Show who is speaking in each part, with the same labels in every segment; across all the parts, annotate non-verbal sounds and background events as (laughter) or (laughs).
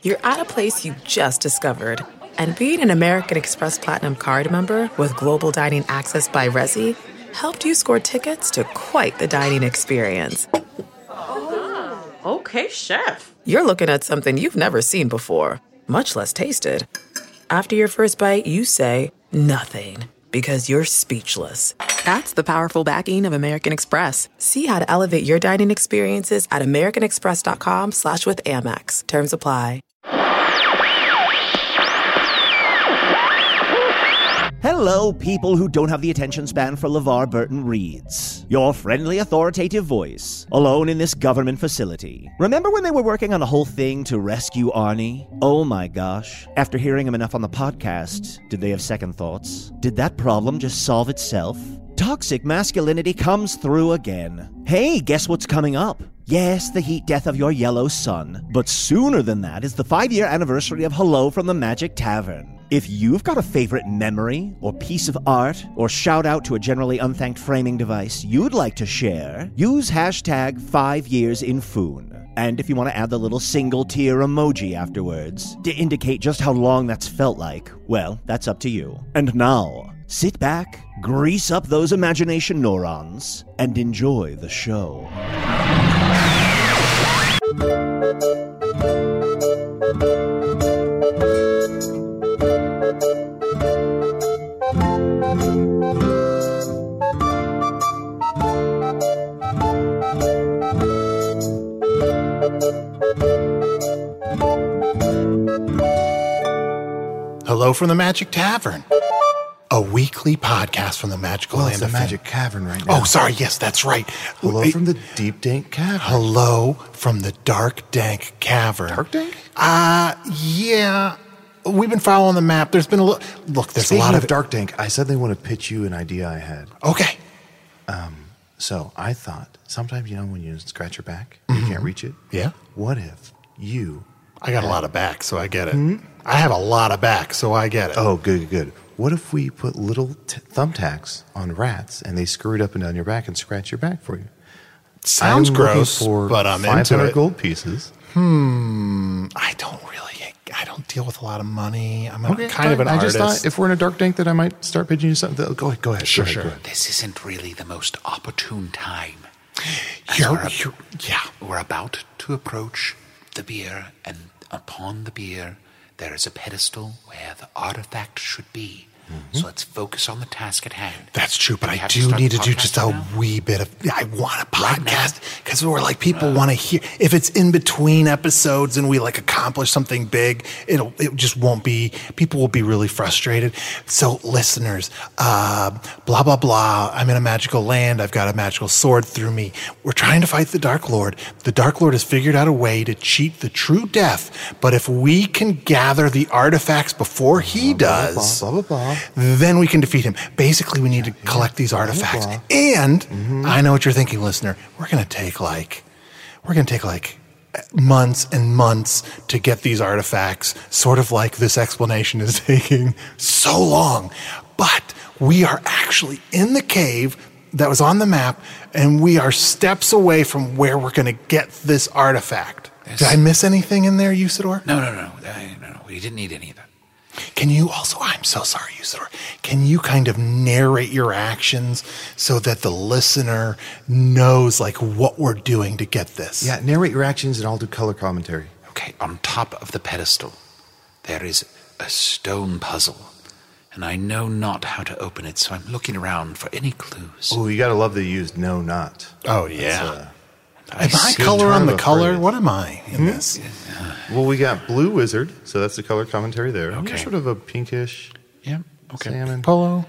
Speaker 1: You're at a place you just discovered. And being an American Express Platinum card member with global dining access by Resi helped you score tickets to quite the dining experience.
Speaker 2: Okay, chef.
Speaker 1: You're looking at something you've never seen before, much less tasted. After your first bite, you say nothing because you're speechless. That's the powerful backing of American Express. See how to elevate your dining experiences at americanexpress.com slash with Amex. Terms apply.
Speaker 3: Hello, people who don't have the attention span for LeVar Burton Reads. Your friendly, authoritative voice, alone in this government facility. Remember when they were working on a whole thing to rescue Arnie? Oh my gosh. After hearing him enough on the podcast, did they have second thoughts? Did that problem just solve itself? Toxic masculinity comes through again. Hey, guess what's coming up? Yes, the heat death of your yellow sun, but sooner than that is the five year anniversary of Hello from the Magic Tavern. If you've got a favorite memory, or piece of art, or shout out to a generally unthanked framing device you'd like to share, use hashtag 5 years in Foon. And if you want to add the little single tier emoji afterwards to indicate just how long that's felt like, well, that's up to you. And now, sit back, grease up those imagination neurons, and enjoy the show.
Speaker 4: Hello from the Magic Tavern, a weekly podcast from the magical
Speaker 5: Well,
Speaker 4: land
Speaker 5: it's the
Speaker 4: of Finn.
Speaker 5: Magic Cavern right now.
Speaker 4: Oh, sorry. Yes, that's right.
Speaker 5: Hello
Speaker 4: It-
Speaker 5: from the Deep Dank Cavern.
Speaker 4: Hello from the dark, dank cavern.
Speaker 5: Dark dank?
Speaker 4: Uh, yeah. We've been following the map. There's been a look. Look, there's
Speaker 5: Speaking
Speaker 4: a lot of,
Speaker 5: Dark Dank, I suddenly want to pitch you an idea I had.
Speaker 4: Okay.
Speaker 5: So I thought sometimes you know when you scratch your back, you can't reach it.
Speaker 4: Mm-hmm. Yeah.
Speaker 5: What if you?
Speaker 4: I got a lot of back, so I get it. I have a lot of back, so I get it.
Speaker 5: Hmm? Oh, good, good. good. What if we put little t- thumbtacks on rats and they screw it up and down your back and scratch your back for you?
Speaker 4: Sounds
Speaker 5: I'm looking
Speaker 4: gross,
Speaker 5: for
Speaker 4: but I'm
Speaker 5: 500
Speaker 4: into it.
Speaker 5: gold pieces.
Speaker 4: I don't really. I don't deal with a lot of money. I'm a- kind
Speaker 5: fine.
Speaker 4: of an
Speaker 5: I
Speaker 4: artist.
Speaker 5: just thought if we're in a dark dank that I might start pitching you something. Go ahead, go ahead.
Speaker 4: Sure,
Speaker 5: go ahead,
Speaker 4: sure.
Speaker 5: Go ahead.
Speaker 6: This isn't really the most opportune time. As
Speaker 4: You're-
Speaker 6: we're ab-
Speaker 4: you're- yeah.
Speaker 6: We're about to approach the bier, and upon the bier, there is a pedestal where the artifact should be. So let's focus on the task at hand.
Speaker 4: Mm-hmm. That's true, but
Speaker 6: We
Speaker 4: I
Speaker 6: have to
Speaker 4: do
Speaker 6: start
Speaker 4: need
Speaker 6: the
Speaker 4: to do
Speaker 6: podcast
Speaker 4: just a
Speaker 6: now?
Speaker 4: wee bit of. I want a podcast because we're like people want to hear. If it's in between episodes and we like accomplish something big, it'll it just won't be. People will be really frustrated. So listeners, uh, blah blah blah. I'm in a magical land. I've got a magical sword through me. We're trying to fight the Dark Lord. The Dark Lord has figured out a way to cheat the true death. But if we can gather the artifacts before he does,
Speaker 5: blah, blah, blah.
Speaker 4: then we can defeat him. Basically, we need to collect these artifacts. And I know what you're thinking, listener. We're going to take like, we're going to take like months and months to get these artifacts, sort of like this explanation is (laughs) taking so long. But we are actually in the cave that was on the map, and we are steps away from where we're going to get this artifact. Did I miss anything in there, Usador?
Speaker 6: No, no, no, no, no, no. We didn't need any of that.
Speaker 4: Can you also, I'm so sorry, Usador, can you kind of narrate your actions so that the listener knows like what we're doing to get this?
Speaker 5: Yeah, narrate your actions and I'll do color commentary.
Speaker 6: Okay, on top of the pedestal, there is a stone puzzle. And
Speaker 7: and I know not how to open it, so I'm looking around for any clues.
Speaker 5: Oh, you gotta love the used no not.
Speaker 4: Oh, yeah.
Speaker 7: I
Speaker 4: Am I
Speaker 7: see-
Speaker 4: color on
Speaker 5: turn
Speaker 4: the
Speaker 5: of
Speaker 4: color?
Speaker 5: phrase.
Speaker 4: What am I in this?
Speaker 5: Well, we got blue wizard, so that's the color commentary there.
Speaker 7: Okay.
Speaker 5: You're sort of a pinkish
Speaker 7: Yeah, okay.
Speaker 5: salmon.
Speaker 4: Polo?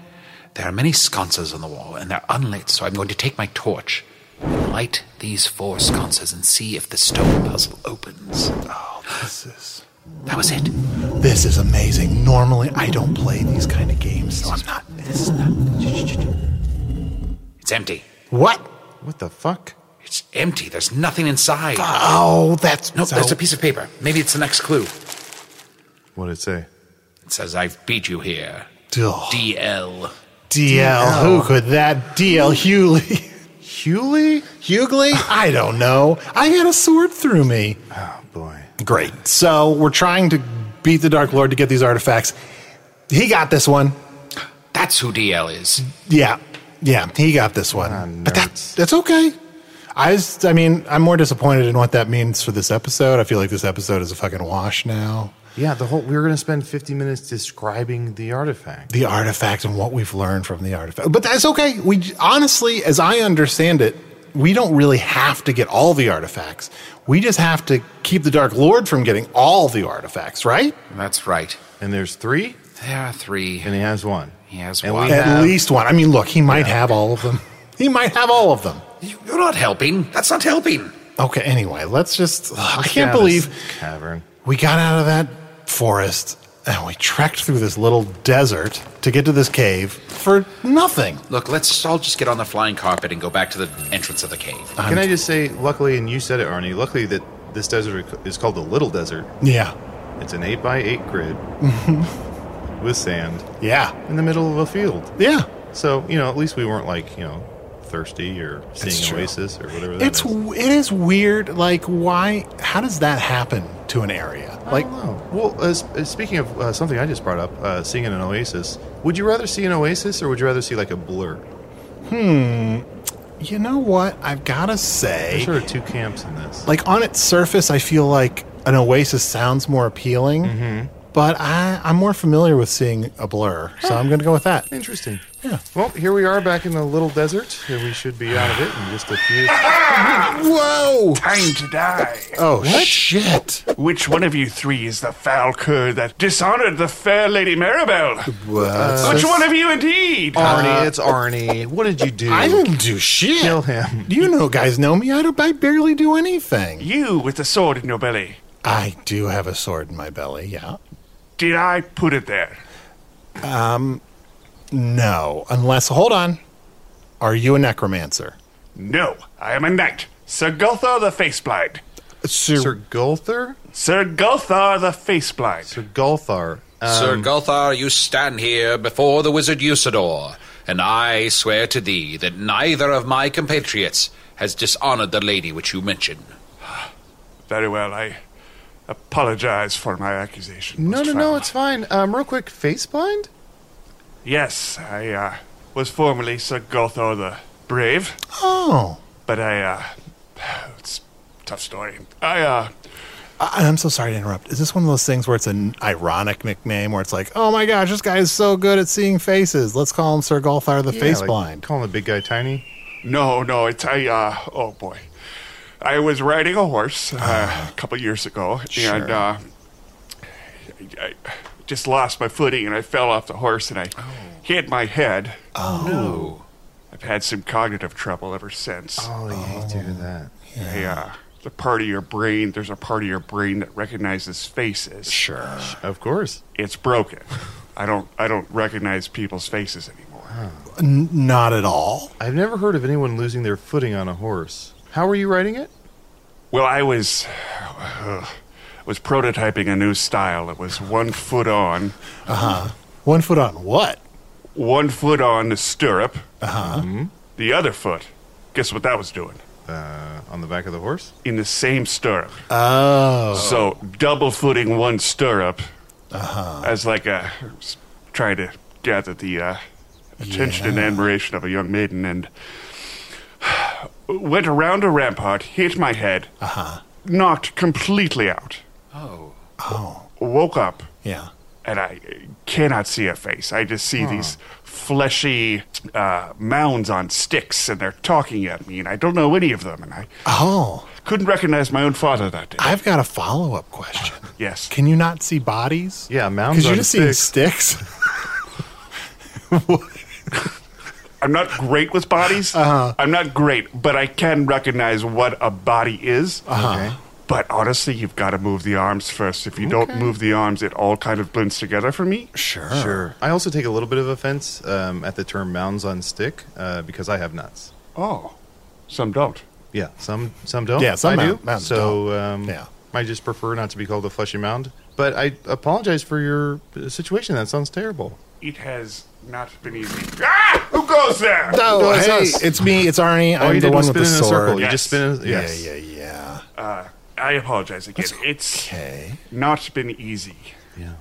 Speaker 7: There are many sconces on the wall, and they're unlit, so I'm going to take my torch and light these four sconces and see if the stone puzzle opens.
Speaker 4: Oh, This is,
Speaker 7: That was it.
Speaker 4: this is amazing. Normally, I don't play these kind of games, so I'm not.
Speaker 7: This is not. shh, shh, shh. It's empty.
Speaker 4: What?
Speaker 5: What the fuck?
Speaker 7: It's empty. There's nothing inside.
Speaker 4: Oh, that's
Speaker 7: No,
Speaker 4: so-
Speaker 7: there's a piece of paper. Maybe it's the next clue.
Speaker 5: What did it say?
Speaker 7: It says, I've beat you here.
Speaker 4: Ugh.
Speaker 7: DL.
Speaker 4: DL. Who could that? DL Hewley.
Speaker 5: Hewley?
Speaker 4: Hughley? I don't know. I had a sword through me.
Speaker 5: Oh boy.
Speaker 4: Great. So we're trying to beat the Dark Lord to get these artifacts. He got this one.
Speaker 7: That's who DL is.
Speaker 4: Yeah. Yeah, he got this one. but that,
Speaker 5: nerds.
Speaker 4: that's okay. I, was, I mean, I'm more disappointed in what that means for this episode. I feel like this episode is a fucking wash now.
Speaker 5: Yeah, the whole we were gonna spend 50 minutes describing the artifact.
Speaker 4: The artifact and what we've learned from the artifact. But that's okay. We honestly, as I understand it, we don't really have to get all the artifacts. We just have to keep the Dark Lord from getting all the artifacts, right?
Speaker 7: That's right.
Speaker 5: And there's three,
Speaker 7: There are three.
Speaker 5: and he has one.
Speaker 7: He has
Speaker 5: and
Speaker 7: one.
Speaker 5: We
Speaker 4: At
Speaker 5: have,
Speaker 4: least one. I mean, look, he might have all of them. (laughs) He might have all of them.
Speaker 7: You're not helping. That's not helping.
Speaker 4: Okay, anyway, let's just. I can't
Speaker 5: Yeah, this
Speaker 4: believe
Speaker 5: cavern.
Speaker 4: we got out of that forest and we trekked through this little desert to get to this cave for nothing.
Speaker 7: Look, let's all just get on the flying carpet and go back to the entrance of the cave.
Speaker 5: Can I just say, luckily, and you said it, Arnie, luckily that this desert is called the Little Desert.
Speaker 4: Yeah.
Speaker 5: It's an 8 by 8 grid
Speaker 7: Mm-hmm.
Speaker 5: with sand
Speaker 4: Yeah.
Speaker 5: in the middle of a field.
Speaker 4: Yeah.
Speaker 5: So, you know, at least we weren't like, you know, thirsty or seeing
Speaker 4: true.
Speaker 5: oasis or whatever that
Speaker 4: It's
Speaker 5: is.
Speaker 4: w- it is weird like why how does that happen to an area? Like
Speaker 5: Oh, well, uh, sp- uh, speaking of uh, something I just brought up, uh, seeing an oasis, would you rather see an oasis or would you rather see like a blur?
Speaker 4: you know what? I've got to say
Speaker 5: There's sort of two camps in this.
Speaker 4: like on its surface I feel like an oasis sounds more appealing.
Speaker 5: Mm-hmm.
Speaker 4: But I, I'm more familiar with seeing a blur, so I'm going to go with that.
Speaker 5: Interesting.
Speaker 4: Yeah.
Speaker 5: Well, here we are back in the little desert, and we should be out of it in just a
Speaker 4: (sighs)
Speaker 5: few.
Speaker 4: Whoa!
Speaker 8: Time to die.
Speaker 4: Oh shit!
Speaker 8: Which one of you three is the foul cur that dishonored the fair Lady Maribel? Which one of you, indeed?
Speaker 5: Arnie, it's Arnie. uh, (laughs) What did you do?
Speaker 4: I didn't do shit.
Speaker 5: Kill him.
Speaker 4: You know, guys know me. I don't. I barely do anything.
Speaker 8: You with the sword in your belly.
Speaker 4: I do have a sword in my belly. Yeah.
Speaker 8: Did I put it there?
Speaker 4: No, unless hold on. Are you a necromancer?
Speaker 8: No, I am a knight. Sir Gothar the Faceblind.
Speaker 4: Sir,
Speaker 5: Sir Gulthar?
Speaker 8: Sir Gothar the Faceblind.
Speaker 5: Sir Gulthar. Uh,
Speaker 7: Sir Gothar, you stand here before the wizard Usador, and I swear to thee that neither of my compatriots has dishonored the lady which you mention.
Speaker 8: Very well, I apologize for my accusation.
Speaker 5: no,
Speaker 8: Most
Speaker 5: no, no,
Speaker 8: foul.
Speaker 5: it's fine. Um, real quick, face blind?
Speaker 8: Yes, I uh, was formerly Sir Gothar the Brave.
Speaker 4: oh,
Speaker 8: But I, uh, (sighs) it's a tough story. I, uh,
Speaker 4: I, I'm so sorry to interrupt. Is this one of those things where it's an ironic nickname, where it's like, oh my gosh, this guy is so good at seeing faces. Let's call him Sir Golthar the Face
Speaker 5: like,
Speaker 4: Blind.
Speaker 5: Calling the big guy tiny.
Speaker 8: no, no, it's, I, uh, oh boy. I was riding a horse uh, a couple years ago, and, uh, I, I just lost my footing and I fell off the horse and I hit my head. Oh, no. I've had some cognitive trouble ever since.
Speaker 5: Oh, you hate to hear that.
Speaker 8: I, uh, the part of your brain, there's a part of your brain that recognizes faces.
Speaker 4: Sure.
Speaker 5: Of course.
Speaker 8: It's broken. I don't, I don't recognize people's faces anymore.
Speaker 4: N- not at all.
Speaker 5: I've never heard of anyone losing their footing on a horse. How were you riding it?
Speaker 8: Well, I was (sighs) was prototyping a new style. It was one foot on,
Speaker 4: One foot on what?
Speaker 8: one foot on the stirrup. Uh huh. The other foot. Guess what that was doing?
Speaker 5: Uh, on the back of the horse?
Speaker 8: In the same stirrup.
Speaker 4: Oh,
Speaker 8: So double footing one stirrup. Uh huh. As like a s- trying to gather the uh, attention and admiration of a young maiden, and went around a rampart, hit my head, uh-huh. knocked completely out.
Speaker 7: Oh.
Speaker 8: Woke up.
Speaker 4: yeah.
Speaker 8: and I cannot see a face. I just see these fleshy uh, mounds on sticks, and they're talking at me, and I don't know any of them, and I
Speaker 4: Oh,
Speaker 8: couldn't recognize my own father that day.
Speaker 4: I've got a follow up
Speaker 5: (laughs)
Speaker 4: question.
Speaker 8: Yes.
Speaker 4: Can you not see bodies?
Speaker 5: Yeah, mounds
Speaker 4: Because you're
Speaker 5: on
Speaker 4: just seeing sticks.
Speaker 5: (laughs)
Speaker 8: I'm not great with bodies. Uh-huh. I'm not great, but I can recognize what a body is.
Speaker 4: Uh-huh.
Speaker 5: Okay.
Speaker 8: But honestly, you've got to move the arms first. If you don't move the arms, it all kind of blends together for me.
Speaker 4: sure.
Speaker 5: Sure. I also take a little bit of offense um, at the term mounds on stick uh, because I have nuts.
Speaker 8: Oh, some don't.
Speaker 5: Yeah, some some don't.
Speaker 4: Yeah, some
Speaker 5: I
Speaker 4: mount-
Speaker 5: do.
Speaker 4: mountains
Speaker 5: so
Speaker 4: don't.
Speaker 5: Um,
Speaker 4: Yeah.
Speaker 5: I just prefer not to be called a fleshy mound. But I apologize for your uh, situation. That sounds terrible.
Speaker 8: It has not
Speaker 4: (laughs)
Speaker 8: been easy. Ah! Who goes there?
Speaker 4: No,
Speaker 5: No,
Speaker 4: (laughs)
Speaker 5: it's
Speaker 4: it's hey,
Speaker 5: us.
Speaker 4: it's me. It's Arnie.
Speaker 5: (laughs) All
Speaker 4: I'm
Speaker 5: Oh, you
Speaker 4: the
Speaker 5: did
Speaker 4: one
Speaker 5: was
Speaker 4: with
Speaker 5: spin
Speaker 4: the
Speaker 5: in a
Speaker 4: sword.
Speaker 5: circle. You
Speaker 8: Yes.
Speaker 5: just spin. In a, yes.
Speaker 4: Yeah, yeah, yeah.
Speaker 8: Uh, I apologize again. It's
Speaker 4: Okay.
Speaker 8: not been easy.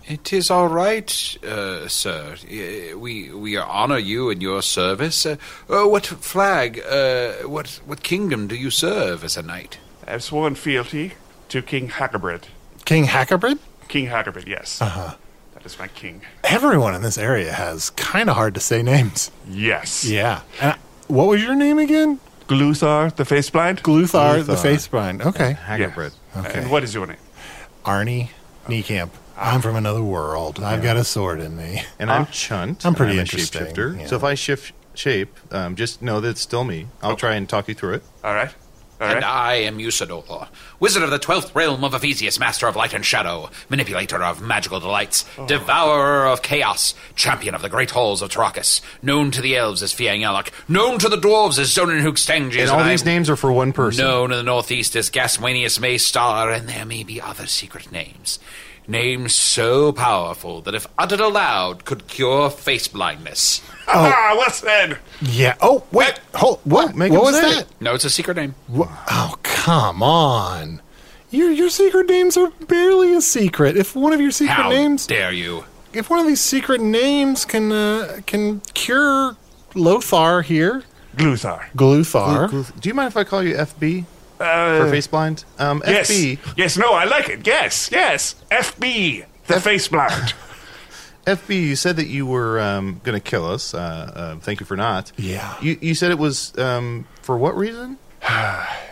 Speaker 6: It is all right, uh, sir. Uh, We we honor you and your service. Uh, uh, what flag? Uh, what what kingdom do you serve as a knight?
Speaker 8: I've sworn fealty to King Hackerbred.
Speaker 4: King Hackerbird?
Speaker 8: King Hackerbred, yes. Uh-huh. That is my king.
Speaker 4: Everyone in this area has kind of hard to say names.
Speaker 8: Yes.
Speaker 4: Yeah. And I- what was your name again?
Speaker 8: Gluthar, the face blind.
Speaker 4: Gluthar, the
Speaker 5: Gluthar.
Speaker 4: face blind. Okay.
Speaker 5: Hackerbread.
Speaker 4: Okay.
Speaker 8: And what is your name?
Speaker 4: Arnie Niekamp. I'm from another world. I've got a sword in me.
Speaker 5: And I'm chunt.
Speaker 4: I'm pretty
Speaker 5: and
Speaker 4: interesting,
Speaker 5: a shapeshifter.
Speaker 4: yeah.
Speaker 5: So if I shift shape, um, just know that it's still me. I'll try and talk you through it.
Speaker 8: All right. All right.
Speaker 6: And I am Usador, wizard of the twelfth realm of Ephesius, master of light and shadow, manipulator of magical delights, devourer of chaos, champion of the great halls of Tarakas, known to the elves as Fiangyalak, known to the dwarves as Zonin Hookstangis.
Speaker 5: And all these names are for one person.
Speaker 6: Known in the Northeast as Gaswanius Maystar, and there may be other secret names. Names so powerful that if uttered aloud could cure face blindness.
Speaker 4: Oh.
Speaker 8: Ah, well said.
Speaker 4: (laughs) Yeah. Oh, wait. Hold. What?
Speaker 5: Make
Speaker 4: what
Speaker 5: him
Speaker 4: was
Speaker 5: say
Speaker 4: that?
Speaker 5: it.
Speaker 6: No, it's a secret name.
Speaker 4: Wha- Oh, come on. Your your secret names are barely a secret. If one of your secret
Speaker 6: How
Speaker 4: names,
Speaker 6: dare you?
Speaker 4: if one of these secret names can uh, can cure Lothar here,
Speaker 8: Gluthar.
Speaker 4: Gluthar.
Speaker 5: Gluth- Do you mind if I call you FB
Speaker 8: Uh,
Speaker 5: for face blind? Um,
Speaker 8: yes.
Speaker 5: FB.
Speaker 8: Yes, no, I like it. Yes, yes. FB, the face blind.
Speaker 5: FB, you said that you were um, going to kill us. Uh, uh, thank you for not.
Speaker 4: Yeah.
Speaker 5: You, you said it was um, for what reason?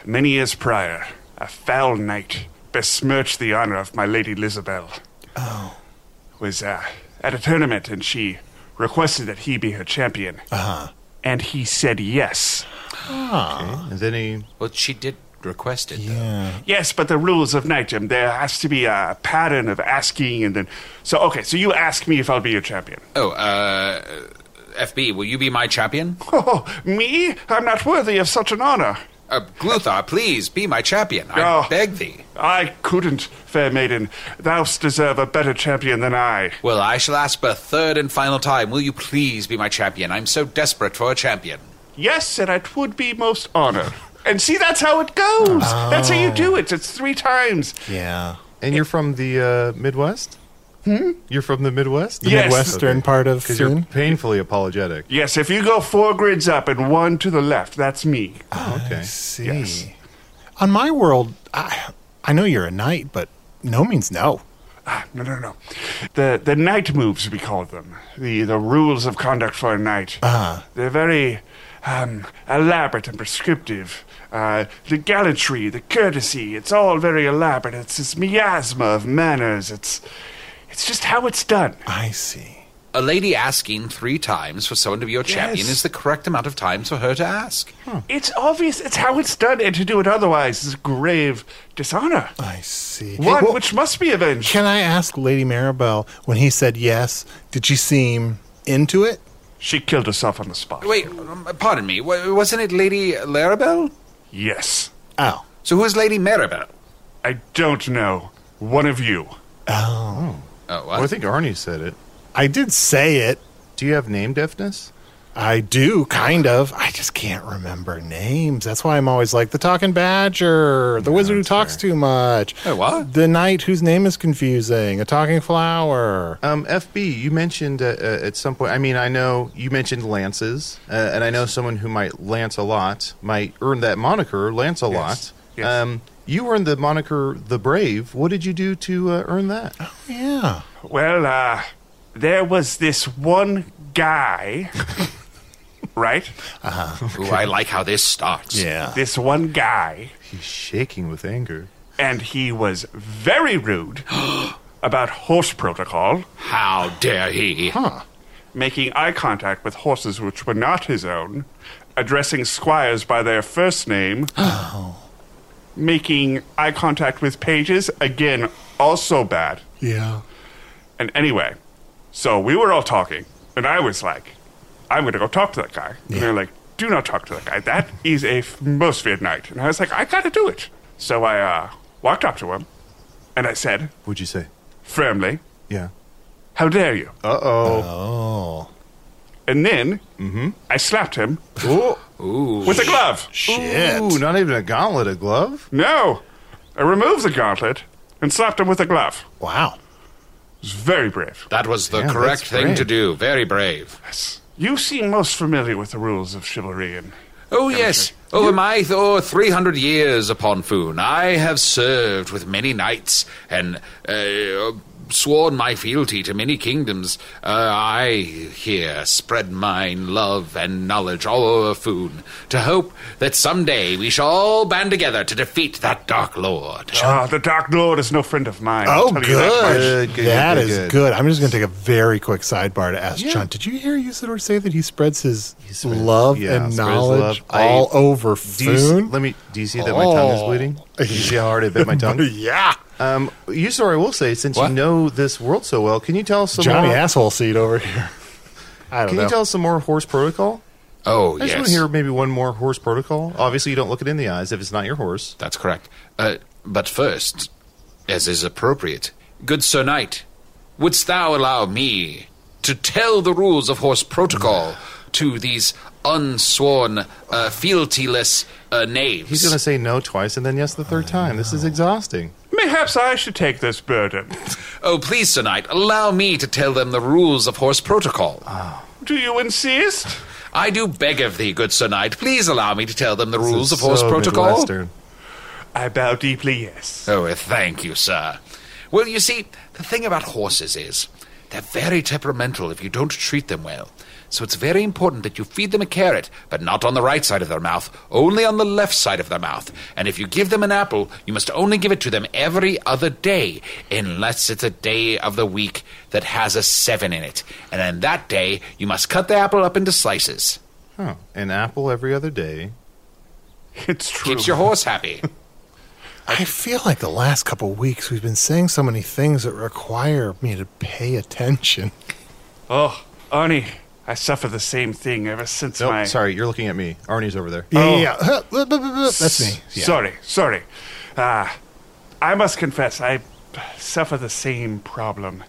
Speaker 8: Many years prior, a foul knight besmirched the honor of my Lady Lizabel. Oh. Was uh, at a tournament and she requested that he be her champion. Uh
Speaker 4: Uh-huh.
Speaker 8: huh. And he said yes.
Speaker 5: And then he.
Speaker 6: Well, she did request it. though.
Speaker 8: Yes, but the rules of knightdom, there has to be a pattern of asking and then. So, okay, so you ask me if I'll be your champion.
Speaker 6: Oh, uh, FB, will you be my champion?
Speaker 8: Oh, me? I'm not worthy of such an honor.
Speaker 6: Uh, Gluthar, please be my champion. I
Speaker 8: No.
Speaker 6: beg thee.
Speaker 8: I couldn't, fair maiden. Thou'st deserve a better champion than I.
Speaker 6: Well, I shall ask but a third and final time. Will you please be my champion? I'm so desperate for a champion.
Speaker 8: Yes, and it would be most honor. And see, that's how it goes. That's how you do it. It's three times.
Speaker 4: Yeah.
Speaker 5: And you're from the uh, Midwest? Hmm? You're from the Midwest?
Speaker 8: Yes.
Speaker 4: Midwestern part of
Speaker 5: Because you're
Speaker 4: Thun.
Speaker 5: painfully apologetic.
Speaker 8: Yes, if you go four grids up and one to the left, that's me.
Speaker 5: Okay.
Speaker 4: See.
Speaker 8: Yes.
Speaker 4: On my world, I I know you're a knight, but no means no.
Speaker 8: Ah, no, no, no. The the knight moves we call them. The the rules of conduct for a knight. Uh-huh. They're very um, elaborate and prescriptive. Uh, the gallantry, the courtesy, it's all very elaborate. It's this miasma of manners. It's it's just how it's done.
Speaker 4: I see.
Speaker 6: A lady asking three times for someone to be your champion
Speaker 8: Yes.
Speaker 6: is the correct amount of times for her to ask.
Speaker 4: Hmm.
Speaker 8: It's obvious. It's how it's done, and to do it otherwise is grave dishonor.
Speaker 4: I see.
Speaker 8: One
Speaker 4: Hey, well,
Speaker 8: which must be avenged.
Speaker 4: can I ask Lady Maribel when he said yes? Did she seem into it?
Speaker 8: She killed herself on the spot.
Speaker 6: Wait, um, pardon me. wa- Wasn't it Lady Larabelle?
Speaker 8: Yes.
Speaker 4: Oh.
Speaker 6: So who is Lady Maribel?
Speaker 8: I don't know. One of you.
Speaker 6: Oh,
Speaker 5: Well, I
Speaker 6: what?
Speaker 5: think Arnie said it.
Speaker 4: I did say it.
Speaker 5: Do you have name deafness?
Speaker 4: I do, kind of. I just can't remember names. That's why I'm always like the talking badger, the wizard who talks too much.
Speaker 6: Wait, what?
Speaker 4: The knight whose name is confusing, a talking flower.
Speaker 5: Um, FB, you mentioned uh, uh, at some point. I mean, I know you mentioned lances, uh, and I know someone who might lance a lot might earn that moniker, lance a lot.
Speaker 8: Yes.
Speaker 5: Um, you earned the moniker the brave. What did you do to uh, earn that?
Speaker 4: Yeah.
Speaker 8: Well, uh, there was this one guy, right?
Speaker 6: Ooh, I like how this starts.
Speaker 4: Yeah.
Speaker 8: This one guy,
Speaker 5: He's shaking with anger.
Speaker 8: and he was very rude about horse protocol,
Speaker 6: How dare he?
Speaker 8: making eye contact with horses which were not his own, addressing squires by their first name, making eye contact with pages, again, also bad.
Speaker 4: Yeah.
Speaker 8: And anyway, so we were all talking, and I was like, I'm going to go talk to that guy. And they're like, do not talk to that guy. That is a f- most feared knight. And I was like, I got to do it. So I uh, walked up to him, and I said,
Speaker 5: Would you say?
Speaker 8: firmly,
Speaker 5: Yeah.
Speaker 8: How dare you?
Speaker 5: Uh oh.
Speaker 8: And then I slapped him with a glove.
Speaker 4: Shit.
Speaker 5: Ooh, not even a gauntlet, a glove.
Speaker 8: No, I removed the gauntlet and slapped him with a glove.
Speaker 4: Wow.
Speaker 8: It was very brave.
Speaker 6: That was the
Speaker 5: Yeah,
Speaker 6: correct
Speaker 5: that's
Speaker 6: thing to
Speaker 5: brave.
Speaker 6: do. Very brave.
Speaker 8: You seem most familiar with the rules of chivalry and
Speaker 6: Oh, yes. Over my th- oh, 300 years upon Foon, I have served with many knights and uh, sworn my fealty to many kingdoms. Uh, I here spread mine love and knowledge all over Foon to hope that someday we shall all band together to defeat that Dark Lord.
Speaker 8: Ah, the Dark Lord is no friend of mine. I'll
Speaker 4: Oh,
Speaker 8: tell you that much.
Speaker 4: good.
Speaker 5: Good, good,
Speaker 4: That
Speaker 5: good,
Speaker 4: is
Speaker 5: good.
Speaker 4: good. I'm just going to take a very quick sidebar to ask John. Did you hear Usador say that he spreads his love
Speaker 5: yeah,
Speaker 4: and
Speaker 5: spreads
Speaker 4: knowledge
Speaker 5: love. I-
Speaker 4: all over
Speaker 5: Do you see,
Speaker 8: (laughs)
Speaker 4: Foon?
Speaker 5: let me. Do you see that my tongue is
Speaker 4: Oh.
Speaker 5: bleeding? Do you see how hard I bit my tongue?
Speaker 4: yeah.
Speaker 5: Um, you sorry, I will say, since
Speaker 6: What?
Speaker 5: you know this world so well, can you tell us some
Speaker 4: Johnny
Speaker 5: more?
Speaker 4: asshole seat over
Speaker 5: (laughs)
Speaker 4: here. I don't
Speaker 5: Can
Speaker 4: know.
Speaker 5: you tell us some more horse protocol?
Speaker 6: Oh,
Speaker 5: I just
Speaker 6: yes.
Speaker 5: want to hear maybe one more horse protocol. Obviously, you don't look it in the eyes if it's not your horse.
Speaker 6: That's correct. Uh, but first, as is appropriate, good Sir Knight, wouldst thou allow me to tell the rules of horse protocol to these unsworn, uh, fealtyless uh, knaves?
Speaker 5: He's going to say no twice and then yes the third time. This is exhausting.
Speaker 8: Mayhaps I should take this burden.
Speaker 6: Oh, please, Sir Knight, allow me to tell them the rules of horse protocol.
Speaker 8: Do you insist?
Speaker 6: I do beg of thee, good Sir Knight, please allow me to tell them the rules
Speaker 5: This
Speaker 6: of
Speaker 5: is
Speaker 6: horse
Speaker 5: so
Speaker 6: protocol.
Speaker 5: Midwestern.
Speaker 8: I bow deeply, yes.
Speaker 6: Oh, well, thank you, sir. Well, you see, the thing about horses is they're very temperamental if you don't treat them well. So it's very important that you feed them a carrot, but not on the right side of their mouth, only on the left side of their mouth. And if you give them an apple, you must only give it to them every other day, unless it's a day of the week that has a seven in it. And then that day, you must cut the apple up into slices.
Speaker 5: Huh. An apple every other day.
Speaker 8: It's true.
Speaker 6: Keeps your horse happy.
Speaker 4: I feel like the last couple weeks we've been saying so many things that require me to pay
Speaker 8: (laughs)
Speaker 4: attention.
Speaker 8: oh, Arnie, I suffer the same thing ever since
Speaker 5: Nope,
Speaker 8: my.
Speaker 5: Oh, sorry, you're looking at me. Arnie's over there. Oh,
Speaker 4: Yeah,
Speaker 8: Oh.
Speaker 4: yeah, (laughs) yeah. Huh, That's me. Yeah.
Speaker 8: Sorry, sorry. Ah, I must confess, I suffer the same problem.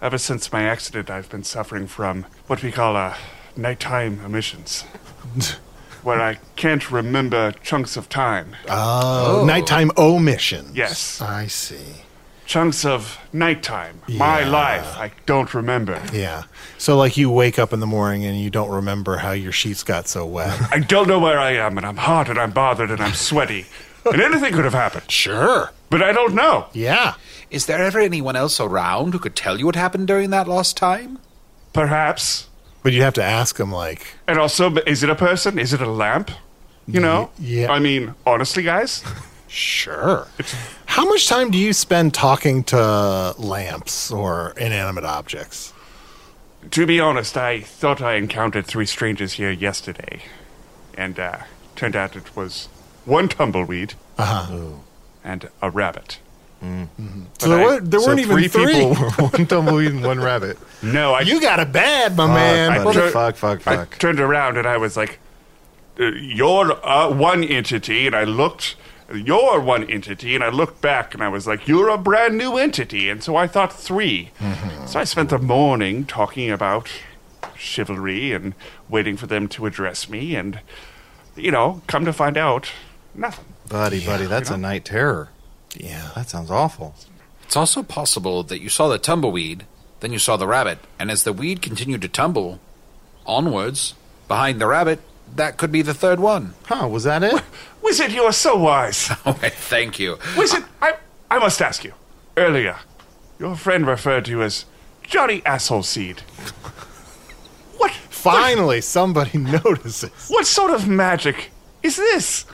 Speaker 8: Ever since my accident, I've been suffering from what we call uh, nighttime
Speaker 4: (laughs)
Speaker 8: emissions, where I can't remember chunks of time.
Speaker 4: Oh, nighttime omissions.
Speaker 8: Yes.
Speaker 4: I see.
Speaker 8: chunks of nighttime. My
Speaker 4: Yeah.
Speaker 8: life, I don't remember.
Speaker 4: Yeah. So, like, you wake up in the morning and you don't remember how your sheets got so wet.
Speaker 8: I don't know where I am, and I'm hot, and I'm bothered, and I'm sweaty. and anything could have happened.
Speaker 4: sure.
Speaker 8: But I don't know.
Speaker 4: Yeah.
Speaker 6: Is there ever anyone else around who could tell you what happened during that lost time?
Speaker 8: Perhaps.
Speaker 4: But you have to ask them, like,
Speaker 8: And also, but is it a person? Is it a lamp? You know?
Speaker 4: yeah.
Speaker 8: I mean, honestly, guys,
Speaker 4: sure. How much time do you spend talking to lamps or inanimate objects?
Speaker 8: to be honest, I thought I encountered three strangers here yesterday. And uh, turned out it was one tumbleweed
Speaker 4: Uh-huh.
Speaker 8: and a rabbit.
Speaker 4: So there,
Speaker 8: I-
Speaker 4: were, there weren't even
Speaker 5: three,
Speaker 4: three.
Speaker 5: people (laughs) were one tumbleweed and one (laughs) rabbit.
Speaker 8: No, I
Speaker 4: You got a bad, my
Speaker 5: I
Speaker 4: man.
Speaker 5: Fuck,
Speaker 8: (laughs) tur-
Speaker 5: fuck, fuck,
Speaker 8: I
Speaker 5: fuck.
Speaker 8: turned around and I was like, uh, "You're uh, one entity," and I looked. You're one entity, and I looked back and I was like, "You're a brand new entity," and so I thought 3
Speaker 5: Mm-hmm.
Speaker 8: So I spent the morning talking about chivalry and waiting for them to address me, and you know, come to find out, nothing.
Speaker 5: Buddy, buddy, that's a night terror.
Speaker 4: Yeah.
Speaker 5: That sounds awful.
Speaker 6: It's also possible that you saw the tumbleweed, then you saw the rabbit, and as the weed continued to tumble onwards behind the rabbit, that could be the third one. (laughs)
Speaker 5: Huh, was that (laughs) it?
Speaker 8: Wizard, you are so wise. (laughs)
Speaker 6: Okay, thank you.
Speaker 8: Wizard, I I must ask you. Earlier, your friend referred to you as Johnny Asshole Seed.
Speaker 4: Finally, somebody (laughs) notices.
Speaker 8: What sort of magic is this?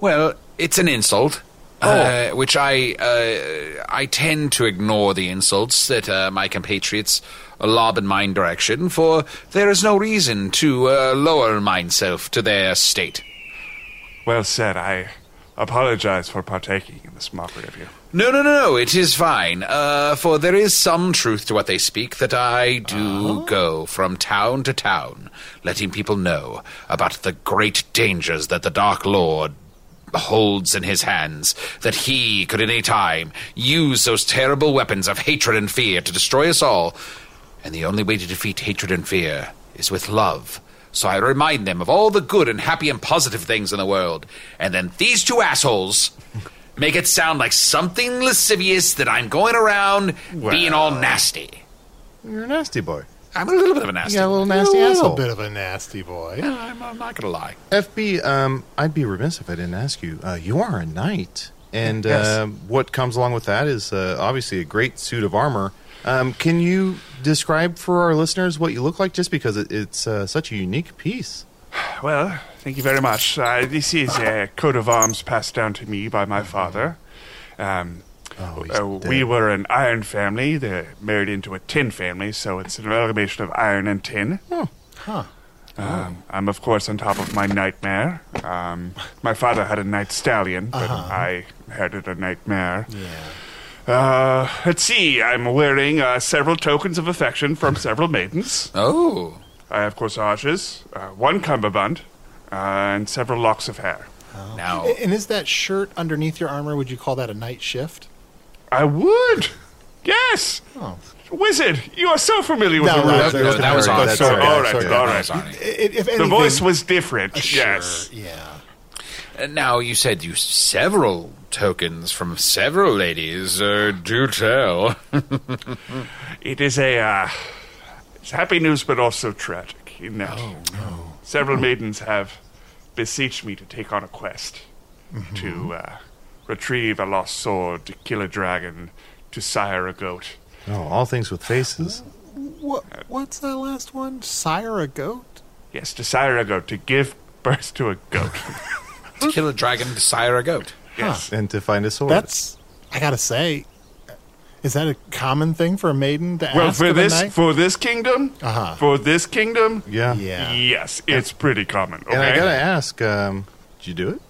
Speaker 6: Well, it's an insult. Uh, which I uh, I tend to ignore the insults that uh, my compatriots lob in my direction, for there is no reason to uh, lower myself to their state.
Speaker 8: Well said. I apologize for partaking in this mockery of you.
Speaker 6: No, no, no, no. It is fine. Uh, for there is some truth to what they speak that I do go from town to town, letting people know about the great dangers that the Dark Lord holds in his hands. That he could, at any time, use those terrible weapons of hatred and fear to destroy us all. And the only way to defeat hatred and fear is with love. So I remind them of all the good and happy and positive things in the world. And then these two assholes make it sound like something lascivious that I'm going around being all nasty.
Speaker 5: You're a nasty boy.
Speaker 6: I'm a little bit of a nasty.
Speaker 5: You got a little
Speaker 4: You're
Speaker 5: nasty
Speaker 4: a little
Speaker 5: asshole.
Speaker 4: bit of a nasty boy.
Speaker 6: I'm, I'm not going to lie.
Speaker 5: FB, um, I'd be remiss if I didn't ask you. Uh, you are a knight, and um, what comes along with that is uh, obviously a great suit of armor. Um, can you describe for our listeners what you look like? Just because it, it's uh, such a unique piece.
Speaker 8: Well, thank you very much. Uh, this is a coat of arms passed down to me by my father. Um,
Speaker 5: Oh, he's
Speaker 8: uh, we
Speaker 5: dead.
Speaker 8: were an iron family. They married into a tin family, so it's an amalgamation of iron and tin.
Speaker 5: Oh,
Speaker 8: Um, I'm, of course, on top of my nightmare. Um, my father had a night stallion, but
Speaker 5: Uh-huh.
Speaker 8: I inherited a nightmare. Yeah. Uh, let's see. I'm wearing uh, several tokens of affection from several maidens.
Speaker 6: Oh.
Speaker 8: I have corsages, uh, one cummerbund, uh, and several locks of hair.
Speaker 6: Now,
Speaker 4: And is that shirt underneath your armor? Would you call that a night shift?
Speaker 8: I would! Yes! Wizard, you are so familiar with
Speaker 4: No,
Speaker 8: the
Speaker 4: no,
Speaker 8: rules.
Speaker 4: that's-
Speaker 6: no, that was on.
Speaker 5: That's
Speaker 8: So,
Speaker 5: sorry,
Speaker 8: all
Speaker 5: that's
Speaker 8: right,
Speaker 5: sorry.
Speaker 8: all
Speaker 6: I'm
Speaker 8: right.
Speaker 6: sorry.
Speaker 4: I- If anything,
Speaker 8: The voice was different,
Speaker 4: sure,
Speaker 8: yes.
Speaker 4: yeah.
Speaker 6: Uh, Now, you said you several tokens from several ladies. Uh, do tell.
Speaker 8: It is a uh, it's happy news, but also tragic in that several maidens have beseeched me to take on a quest to uh, retrieve a lost sword, to kill a dragon, to sire a goat.
Speaker 5: Oh, all things with faces.
Speaker 4: What, what's that last one? Sire a goat?
Speaker 8: Yes, to sire a goat, to give birth to a
Speaker 5: (laughs)
Speaker 8: goat.
Speaker 6: to kill a dragon, to sire a goat.
Speaker 8: yes.
Speaker 5: And to find a sword.
Speaker 4: That's, I gotta say, is that a common thing for a maiden to
Speaker 8: Well,
Speaker 4: ask
Speaker 8: for
Speaker 4: of a
Speaker 8: this
Speaker 4: knight?
Speaker 8: for this kingdom,
Speaker 4: Uh-huh.
Speaker 8: for this kingdom,
Speaker 5: yeah.
Speaker 4: Yeah.
Speaker 8: yes, it's pretty common. Okay?
Speaker 5: And I gotta ask, um, did you do it?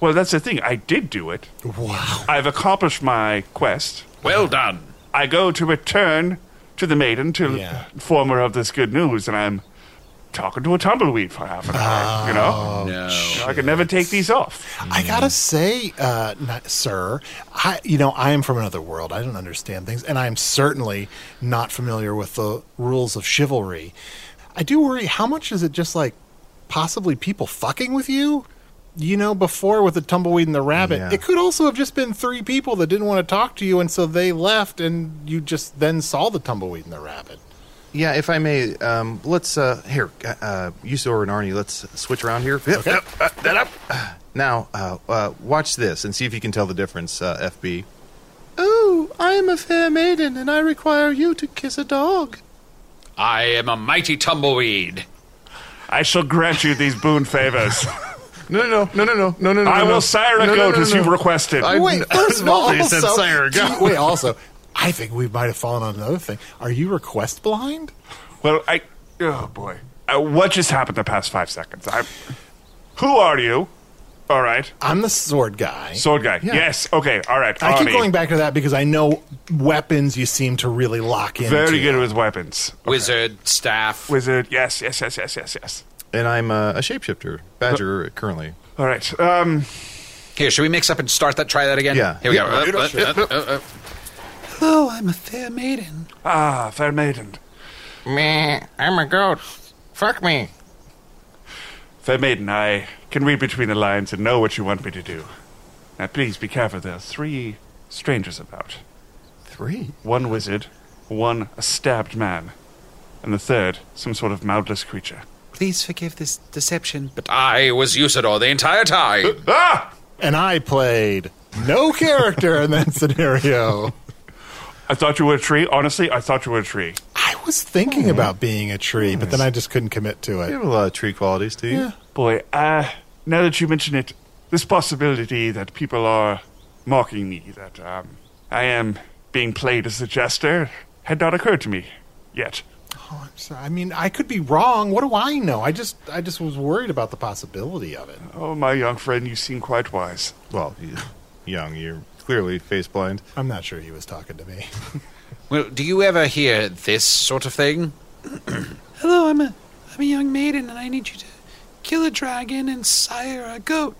Speaker 8: well, that's the thing. I did do it.
Speaker 4: Wow.
Speaker 8: I've accomplished my quest.
Speaker 6: Well done.
Speaker 8: I go to return to the maiden to
Speaker 4: Yeah.
Speaker 8: inform her of this good news, and I'm talking to a tumbleweed for half an hour. you
Speaker 5: Oh,
Speaker 8: know,
Speaker 6: No.
Speaker 8: I can never take these off.
Speaker 4: I gotta say, uh, not, sir, I you know I am from another world. I don't understand things, and I am certainly not familiar with the rules of chivalry. I do worry how much is it just like possibly people fucking with you? You know, before with the tumbleweed and the rabbit,
Speaker 5: Yeah.
Speaker 4: it could also have just been three people that didn't want to talk to you, and so they left, and you just then saw the tumbleweed and the rabbit.
Speaker 5: Yeah, if I may, um, let's uh, here, uh, uh, Usador and Arnie, let's switch around here. Yep, yep, uh, that up. Uh, (sighs) Now, uh, uh, watch this and see if you can tell the difference, uh, FB. Oh, I am a fair maiden, and I require you to kiss a dog.
Speaker 6: I am a mighty tumbleweed.
Speaker 8: I shall grant you these boon favors.
Speaker 5: No, no, no, no, no, no, (laughs) no, no.
Speaker 8: I
Speaker 5: no,
Speaker 8: will sire a
Speaker 5: no,
Speaker 8: goat
Speaker 5: no, no,
Speaker 8: as
Speaker 5: no.
Speaker 8: you requested.
Speaker 5: I-
Speaker 4: Wait,
Speaker 5: (laughs)
Speaker 4: first of all,
Speaker 5: They said
Speaker 4: also-
Speaker 5: sire a
Speaker 4: do you-
Speaker 5: goat.
Speaker 4: wait, also, I think we might have fallen on another thing. Are you request blind?
Speaker 8: Well, I. Oh boy, uh, what just happened the past five seconds? I. Who are you? All right,
Speaker 4: I'm the sword guy.
Speaker 8: sword guy. Yes. Okay. All right.
Speaker 4: I keep
Speaker 8: Arnie.
Speaker 4: going back to that because I know weapons you seem to really lock in.
Speaker 8: Very good with weapons.
Speaker 6: Wizard, staff.
Speaker 8: Wizard. Yes. Yes. Yes. Yes. Yes. Yes.
Speaker 5: And I'm uh, a shapeshifter, badger currently.
Speaker 8: All right. Um.
Speaker 6: Here, should we mix up and start that? Try that again?
Speaker 5: Yeah.
Speaker 6: Here we go.
Speaker 5: Yep.
Speaker 6: Uh, uh,
Speaker 5: Yep.
Speaker 6: uh, uh, uh. Oh, I'm a fair maiden.
Speaker 8: Ah, fair maiden.
Speaker 9: Meh, I'm a goat. Fuck me.
Speaker 8: Fair maiden, I can read between the lines and know what you want me to do. Now, please be careful. There are three strangers about.
Speaker 5: Three.
Speaker 8: One wizard, one a stabbed man, and the third some sort of mouthless creature.
Speaker 6: Please forgive this deception, but I was Usador the entire time.
Speaker 8: Ah!
Speaker 4: And I played no character in that (laughs) scenario.
Speaker 8: I thought you were a tree. Honestly, I thought you were a tree.
Speaker 4: I was thinking about being a tree, but then I just couldn't commit to
Speaker 5: You
Speaker 4: it.
Speaker 5: have a lot of tree qualities, do you?
Speaker 8: Boy, uh, now that you mention it, this possibility that people are mocking me, that um, I am being played as a jester, had not occurred to me yet.
Speaker 4: Oh, I'm sorry. I mean, I could be wrong. What do I know? I just, I just was worried about the possibility of it.
Speaker 8: Oh, my young friend, you seem quite wise.
Speaker 5: Well, you, (laughs) young, you're clearly face blind.
Speaker 4: I'm not sure he was talking to me.
Speaker 6: Well, do you ever hear this sort of thing? Hello, I'm a, I'm a young maiden, and I need you to kill a dragon and sire a goat.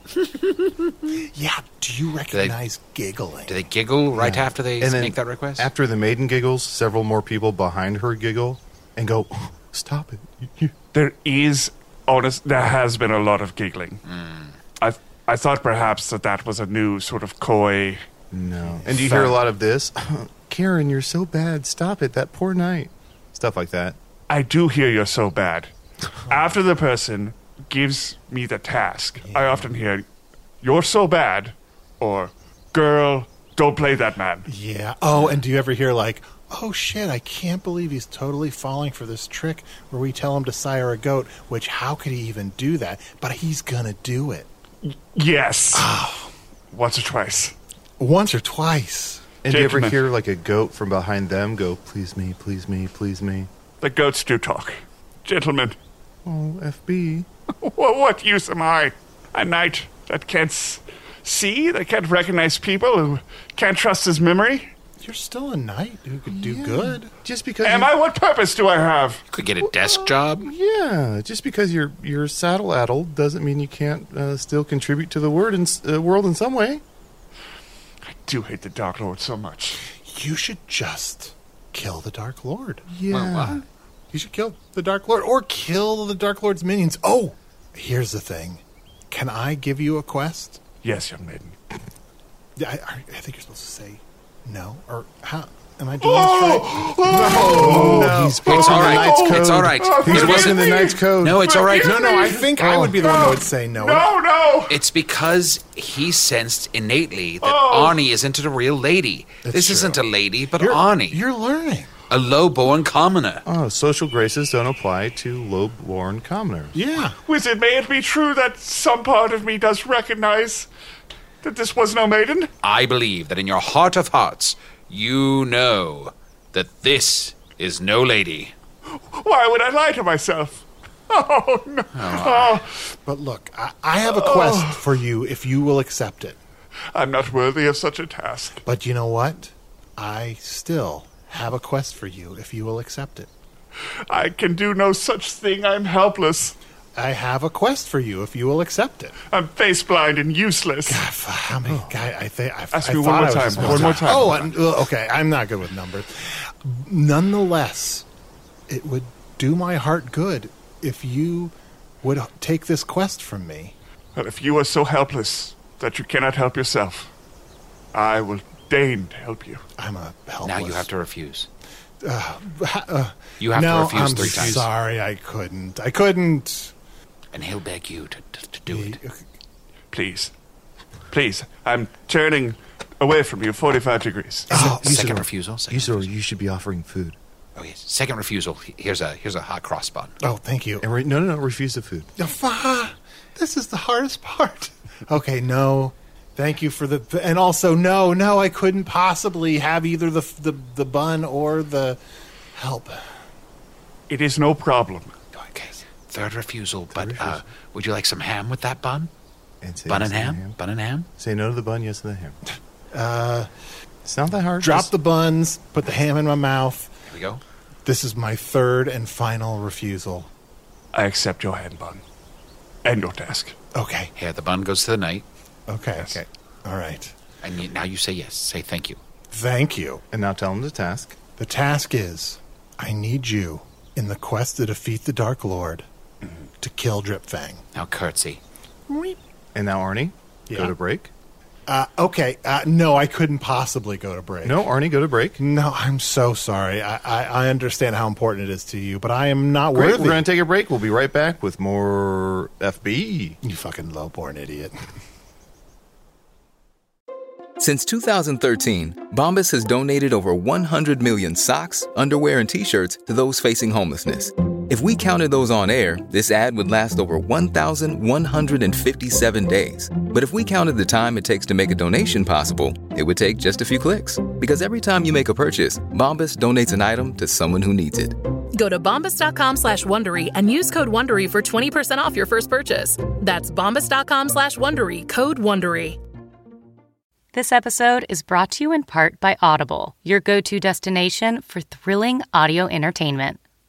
Speaker 4: yeah. Do you recognize giggling?
Speaker 6: Do they giggle right after they
Speaker 5: And then
Speaker 6: make that request?
Speaker 5: After the maiden giggles, several more people behind her giggle and go, (gasps) "Stop it! You- you-
Speaker 8: There is, honest, there has been a lot of giggling. I, I thought perhaps that that was a new sort of coy.
Speaker 5: No. And you hear a lot of this. (laughs) Karen, you're so bad. Stop it. That poor knight. Stuff like that.
Speaker 8: I do hear you're so bad. After the person gives me the task, I often hear, "You're so bad," or "Girl, don't play that man."
Speaker 4: Yeah. Oh, and do you ever hear like, "Oh shit, I can't believe he's totally falling for this trick where we tell him to sire a goat, which how could he even do that? But he's going to do it." (sighs)
Speaker 8: Yes. Once or twice.
Speaker 4: Once or twice.
Speaker 5: And do you ever
Speaker 8: Gentlemen.
Speaker 5: hear like a goat from behind them go, please me, please me, please me?
Speaker 8: The goats do talk. Gentlemen, (laughs)
Speaker 5: Oh, FB.
Speaker 8: wh- what use am I? A knight that can't s- see, that can't recognize people, who can't trust his memory?
Speaker 4: You're still a knight who could do good.
Speaker 5: Just because
Speaker 8: Am
Speaker 5: you-
Speaker 8: I? What purpose do I have?
Speaker 6: Could get a desk job.
Speaker 5: Yeah, just because you're you're saddle addled doesn't mean you can't uh, still contribute to the word in, s- uh, world in some way.
Speaker 8: I do hate the Dark Lord so much.
Speaker 4: You should just kill the Dark Lord.
Speaker 5: Yeah.
Speaker 6: Well,
Speaker 4: You should kill the Dark Lord or kill the Dark Lord's minions. Oh, here's the thing. Can I give you a quest?
Speaker 8: Yes,
Speaker 4: (laughs)
Speaker 8: young maiden.
Speaker 4: Yeah, I, I I think you're supposed to say no or how? Am I doing this right?
Speaker 8: Oh!
Speaker 4: Oh,
Speaker 5: no. he's
Speaker 6: It's all right. It's all right.
Speaker 5: He's
Speaker 6: It
Speaker 5: breaking
Speaker 6: wasn't.
Speaker 5: the knight's code.
Speaker 6: No, it's all right.
Speaker 4: No, no, I think I would be the one that would say no.
Speaker 8: No, no!
Speaker 6: It's because he sensed innately that
Speaker 8: Oh.
Speaker 6: Arnie isn't a real lady. this
Speaker 4: true.
Speaker 6: isn't a lady, but
Speaker 4: You're,
Speaker 6: Arnie,
Speaker 4: You're learning.
Speaker 6: a low-born commoner.
Speaker 5: Oh, social graces don't apply to low-born commoners.
Speaker 4: Yeah.
Speaker 8: Wizard, may it be true that some part of me does recognize that this was no maiden?
Speaker 6: I believe that in your heart of hearts, you know that this is no lady.
Speaker 8: Why would I lie to myself? (laughs) Oh, no. Oh,
Speaker 4: But look, I, I have a quest for you if you will accept it.
Speaker 8: I'm not worthy of such a task.
Speaker 4: But you know what? I still have a quest for you if you will accept it.
Speaker 8: I can do no such thing. I'm helpless.
Speaker 4: I have a quest for you if you will accept it.
Speaker 8: I'm face blind and useless.
Speaker 4: F- How many? guy- I think I,
Speaker 8: Oh. Ask
Speaker 4: I
Speaker 8: me
Speaker 4: thought
Speaker 8: one more
Speaker 4: I was
Speaker 8: time.
Speaker 4: supposed
Speaker 8: One
Speaker 4: to-
Speaker 8: more time.
Speaker 4: Oh, I'm- uh, okay. I'm not good with numbers. Nonetheless, it would do my heart good if you would take this quest from me.
Speaker 8: Well, if you are so helpless that you cannot help yourself, I will deign to help you.
Speaker 4: I'm a helpless.
Speaker 6: Now you have to refuse.
Speaker 4: Ha- uh,
Speaker 6: You have to
Speaker 4: no,
Speaker 6: refuse
Speaker 4: I'm
Speaker 6: three times.
Speaker 4: Sorry, I couldn't. I couldn't.
Speaker 6: And he'll beg you to, to, to do it.
Speaker 8: Please. Please. I'm turning away from you 45 degrees.
Speaker 4: Ah.
Speaker 5: Oh,
Speaker 6: Second refusal. Second
Speaker 5: Yusor,
Speaker 6: refusal.
Speaker 5: you should be offering food.
Speaker 6: Oh, yes. Second refusal. Here's a here's a hot cross bun.
Speaker 4: Oh, thank you.
Speaker 5: And re- no, no, no, refuse the food.
Speaker 4: Ah, This is the hardest (laughs) part. Okay, no. Thank you for the and also no, no, I couldn't possibly have either the the, the bun or the help.
Speaker 8: It is no problem.
Speaker 6: Okay. Third refusal. but Uh, would you like some ham with that bun?
Speaker 5: And say
Speaker 6: Bun
Speaker 5: yes
Speaker 6: and
Speaker 5: to the
Speaker 6: ham? Bun and ham.
Speaker 5: Say no to the bun, yes to
Speaker 4: (laughs)
Speaker 5: the ham. Uh, it's not that hard.
Speaker 4: Drop
Speaker 5: Just-
Speaker 4: the buns, put the ham in my mouth.
Speaker 6: Here we go.
Speaker 4: This is my third and final refusal.
Speaker 8: I accept your hand bun and your task.
Speaker 4: Okay.
Speaker 6: Here, the bun goes to the knight.
Speaker 4: Okay. Okay. All right.
Speaker 6: And you, now you say yes. Say thank you.
Speaker 4: Thank you.
Speaker 5: and now tell him the task.
Speaker 4: The task is I need you in the quest to defeat the Dark Lord
Speaker 6: Mm-hmm.
Speaker 4: to kill Dripfang.
Speaker 6: Now curtsy.
Speaker 5: And now Arnie,
Speaker 4: Yeah.
Speaker 5: go to break.
Speaker 4: Uh, okay. Uh, no, I couldn't possibly go to break.
Speaker 5: No, Arnie, go to break.
Speaker 4: No, I'm so sorry. I, I, I understand how important it is to you, but I am not
Speaker 5: Great,
Speaker 4: worthy.
Speaker 5: we're going to take a break. We'll be right back with more FB.
Speaker 4: you fucking lowborn idiot.
Speaker 10: Since 2013, Bombas has donated over 100 million socks, underwear, and t shirts to those facing homelessness. If we counted those on air, this ad would last over 1,157 days. But if we counted the time it takes to make a donation possible, it would take just a few clicks. Because every time you make a purchase, Bombas donates an item to someone who needs it.
Speaker 11: Go to bombas.com slash Wondery and use code Wondery for 20% off your first purchase. That's bombas.com slash Wondery, code Wondery.
Speaker 2: This episode is brought to you in part by Audible, your go to destination for thrilling audio entertainment.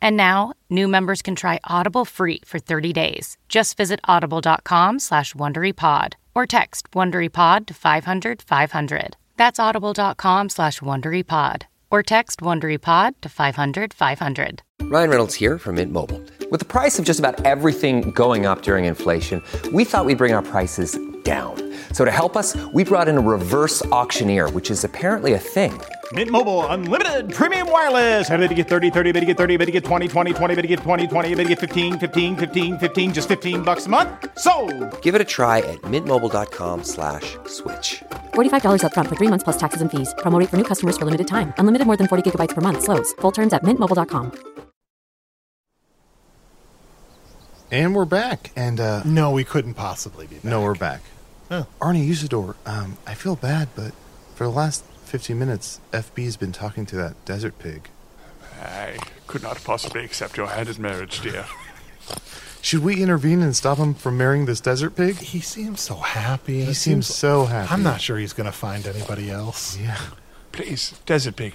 Speaker 2: And now, new members can try Audible free for 30 days. Just visit audible.com slash WonderyPod or text WonderyPod to 500 500. That's audible.com slash WonderyPod or text WonderyPod to 500 500.
Speaker 12: Ryan Reynolds here from Mint Mobile. With the price of just about everything going up during inflation, we thought we'd bring our prices down. So to help us, we brought in a reverse auctioneer, which is apparently a thing.
Speaker 13: Mint Mobile unlimited premium wireless. Ready to get 30, 30, bet you get 30, bet you get 20, 20, 20, bet you get 20, 20, bet you get 15, 15, 15, 15 just 15 bucks a month. So,
Speaker 12: Give it a try at mintmobile.com slash switch.
Speaker 14: $45 upfront for three months plus taxes and fees. Promo rate for new customers for limited time. Unlimited more than 40 gigabytes per month. Slows. Full terms at mintmobile.com.
Speaker 5: And we're back. And uh,
Speaker 4: no, we couldn't possibly be. Back.
Speaker 5: No, we're back. Arnie Usador, um, I feel bad, but for the last 15 minutes, FB's been talking to that desert pig.
Speaker 8: I could not possibly accept your hand in marriage, dear.
Speaker 5: Should we intervene and stop him from marrying this desert pig?
Speaker 4: He seems so happy. He
Speaker 5: seems, so happy.
Speaker 4: I'm not sure he's going to find anybody else.
Speaker 5: Yeah.
Speaker 8: Please, Desert Pig,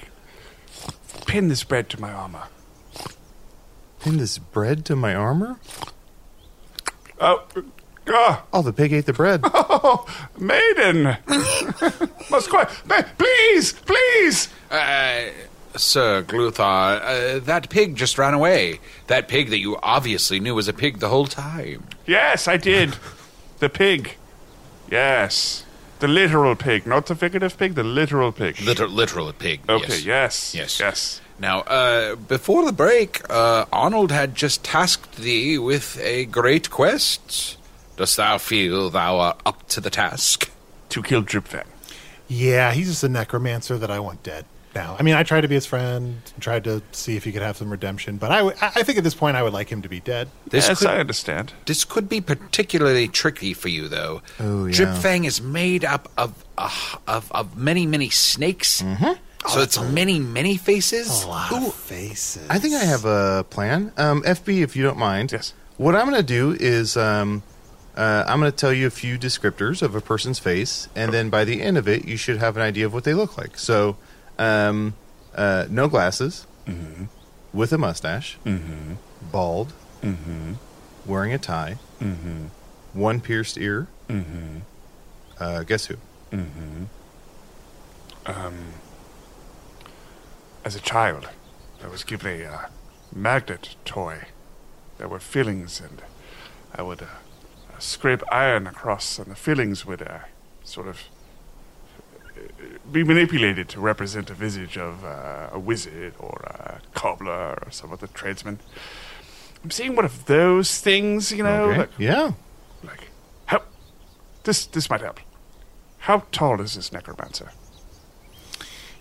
Speaker 8: pin this bread to my armor.
Speaker 5: Pin this bread to my armor?
Speaker 8: Oh, ah,
Speaker 5: Oh, the pig ate the bread.
Speaker 8: (laughs) oh, maiden! Must quite. ma- Please, please!
Speaker 6: Uh, Sir Gluthar, uh, that pig just ran away. That pig that you obviously knew was a pig the whole time.
Speaker 8: Yes, I did. The pig. Yes. The literal pig, not the figurative pig, the literal pig.
Speaker 6: Liter- literal pig.
Speaker 8: Okay,
Speaker 6: yes.
Speaker 8: yes.
Speaker 6: Yes.
Speaker 8: Yes.
Speaker 6: Now, uh, before the break, uh, Arnold had just tasked thee with a great quest. Dost thou feel thou art up to the task?
Speaker 8: To kill Dripfang.
Speaker 4: Yeah, he's just a necromancer that I want dead now. I mean, I tried to be his friend, tried to see if he could have some redemption, but I, w- I I think at this point I would like him to be dead.
Speaker 6: This
Speaker 8: yes,
Speaker 6: could-
Speaker 8: I understand.
Speaker 6: This could be particularly tricky for you, though.
Speaker 5: Oh, yeah.
Speaker 6: Dripfang is made up of uh, of, of many, many snakes. Mm-hmm. So it's many, many faces.
Speaker 4: A lot of faces.
Speaker 5: I think I have a plan. Um, FB, if you don't mind.
Speaker 8: Yes.
Speaker 5: What I'm going to do is um, uh, I'm going to tell you a few descriptors of a person's face, and then by the end of it, you should have an idea of what they look like. So, um, uh, no glasses,
Speaker 8: Mm-hmm.
Speaker 5: with a mustache, bald,
Speaker 8: Mm-hmm.
Speaker 5: wearing a tie, one pierced ear.
Speaker 8: Mm-hmm.
Speaker 5: Uh, guess who?
Speaker 8: As a child, I was given a uh, magnet toy. There were fillings, and I would uh, uh, scrape iron across, and the fillings would uh, sort of uh, be manipulated to represent a visage of uh, a wizard or a cobbler or some other tradesman. I'm seeing one of those things, you know,
Speaker 5: Okay.
Speaker 8: like,
Speaker 5: yeah.
Speaker 8: like how this this might help. How tall is this necromancer?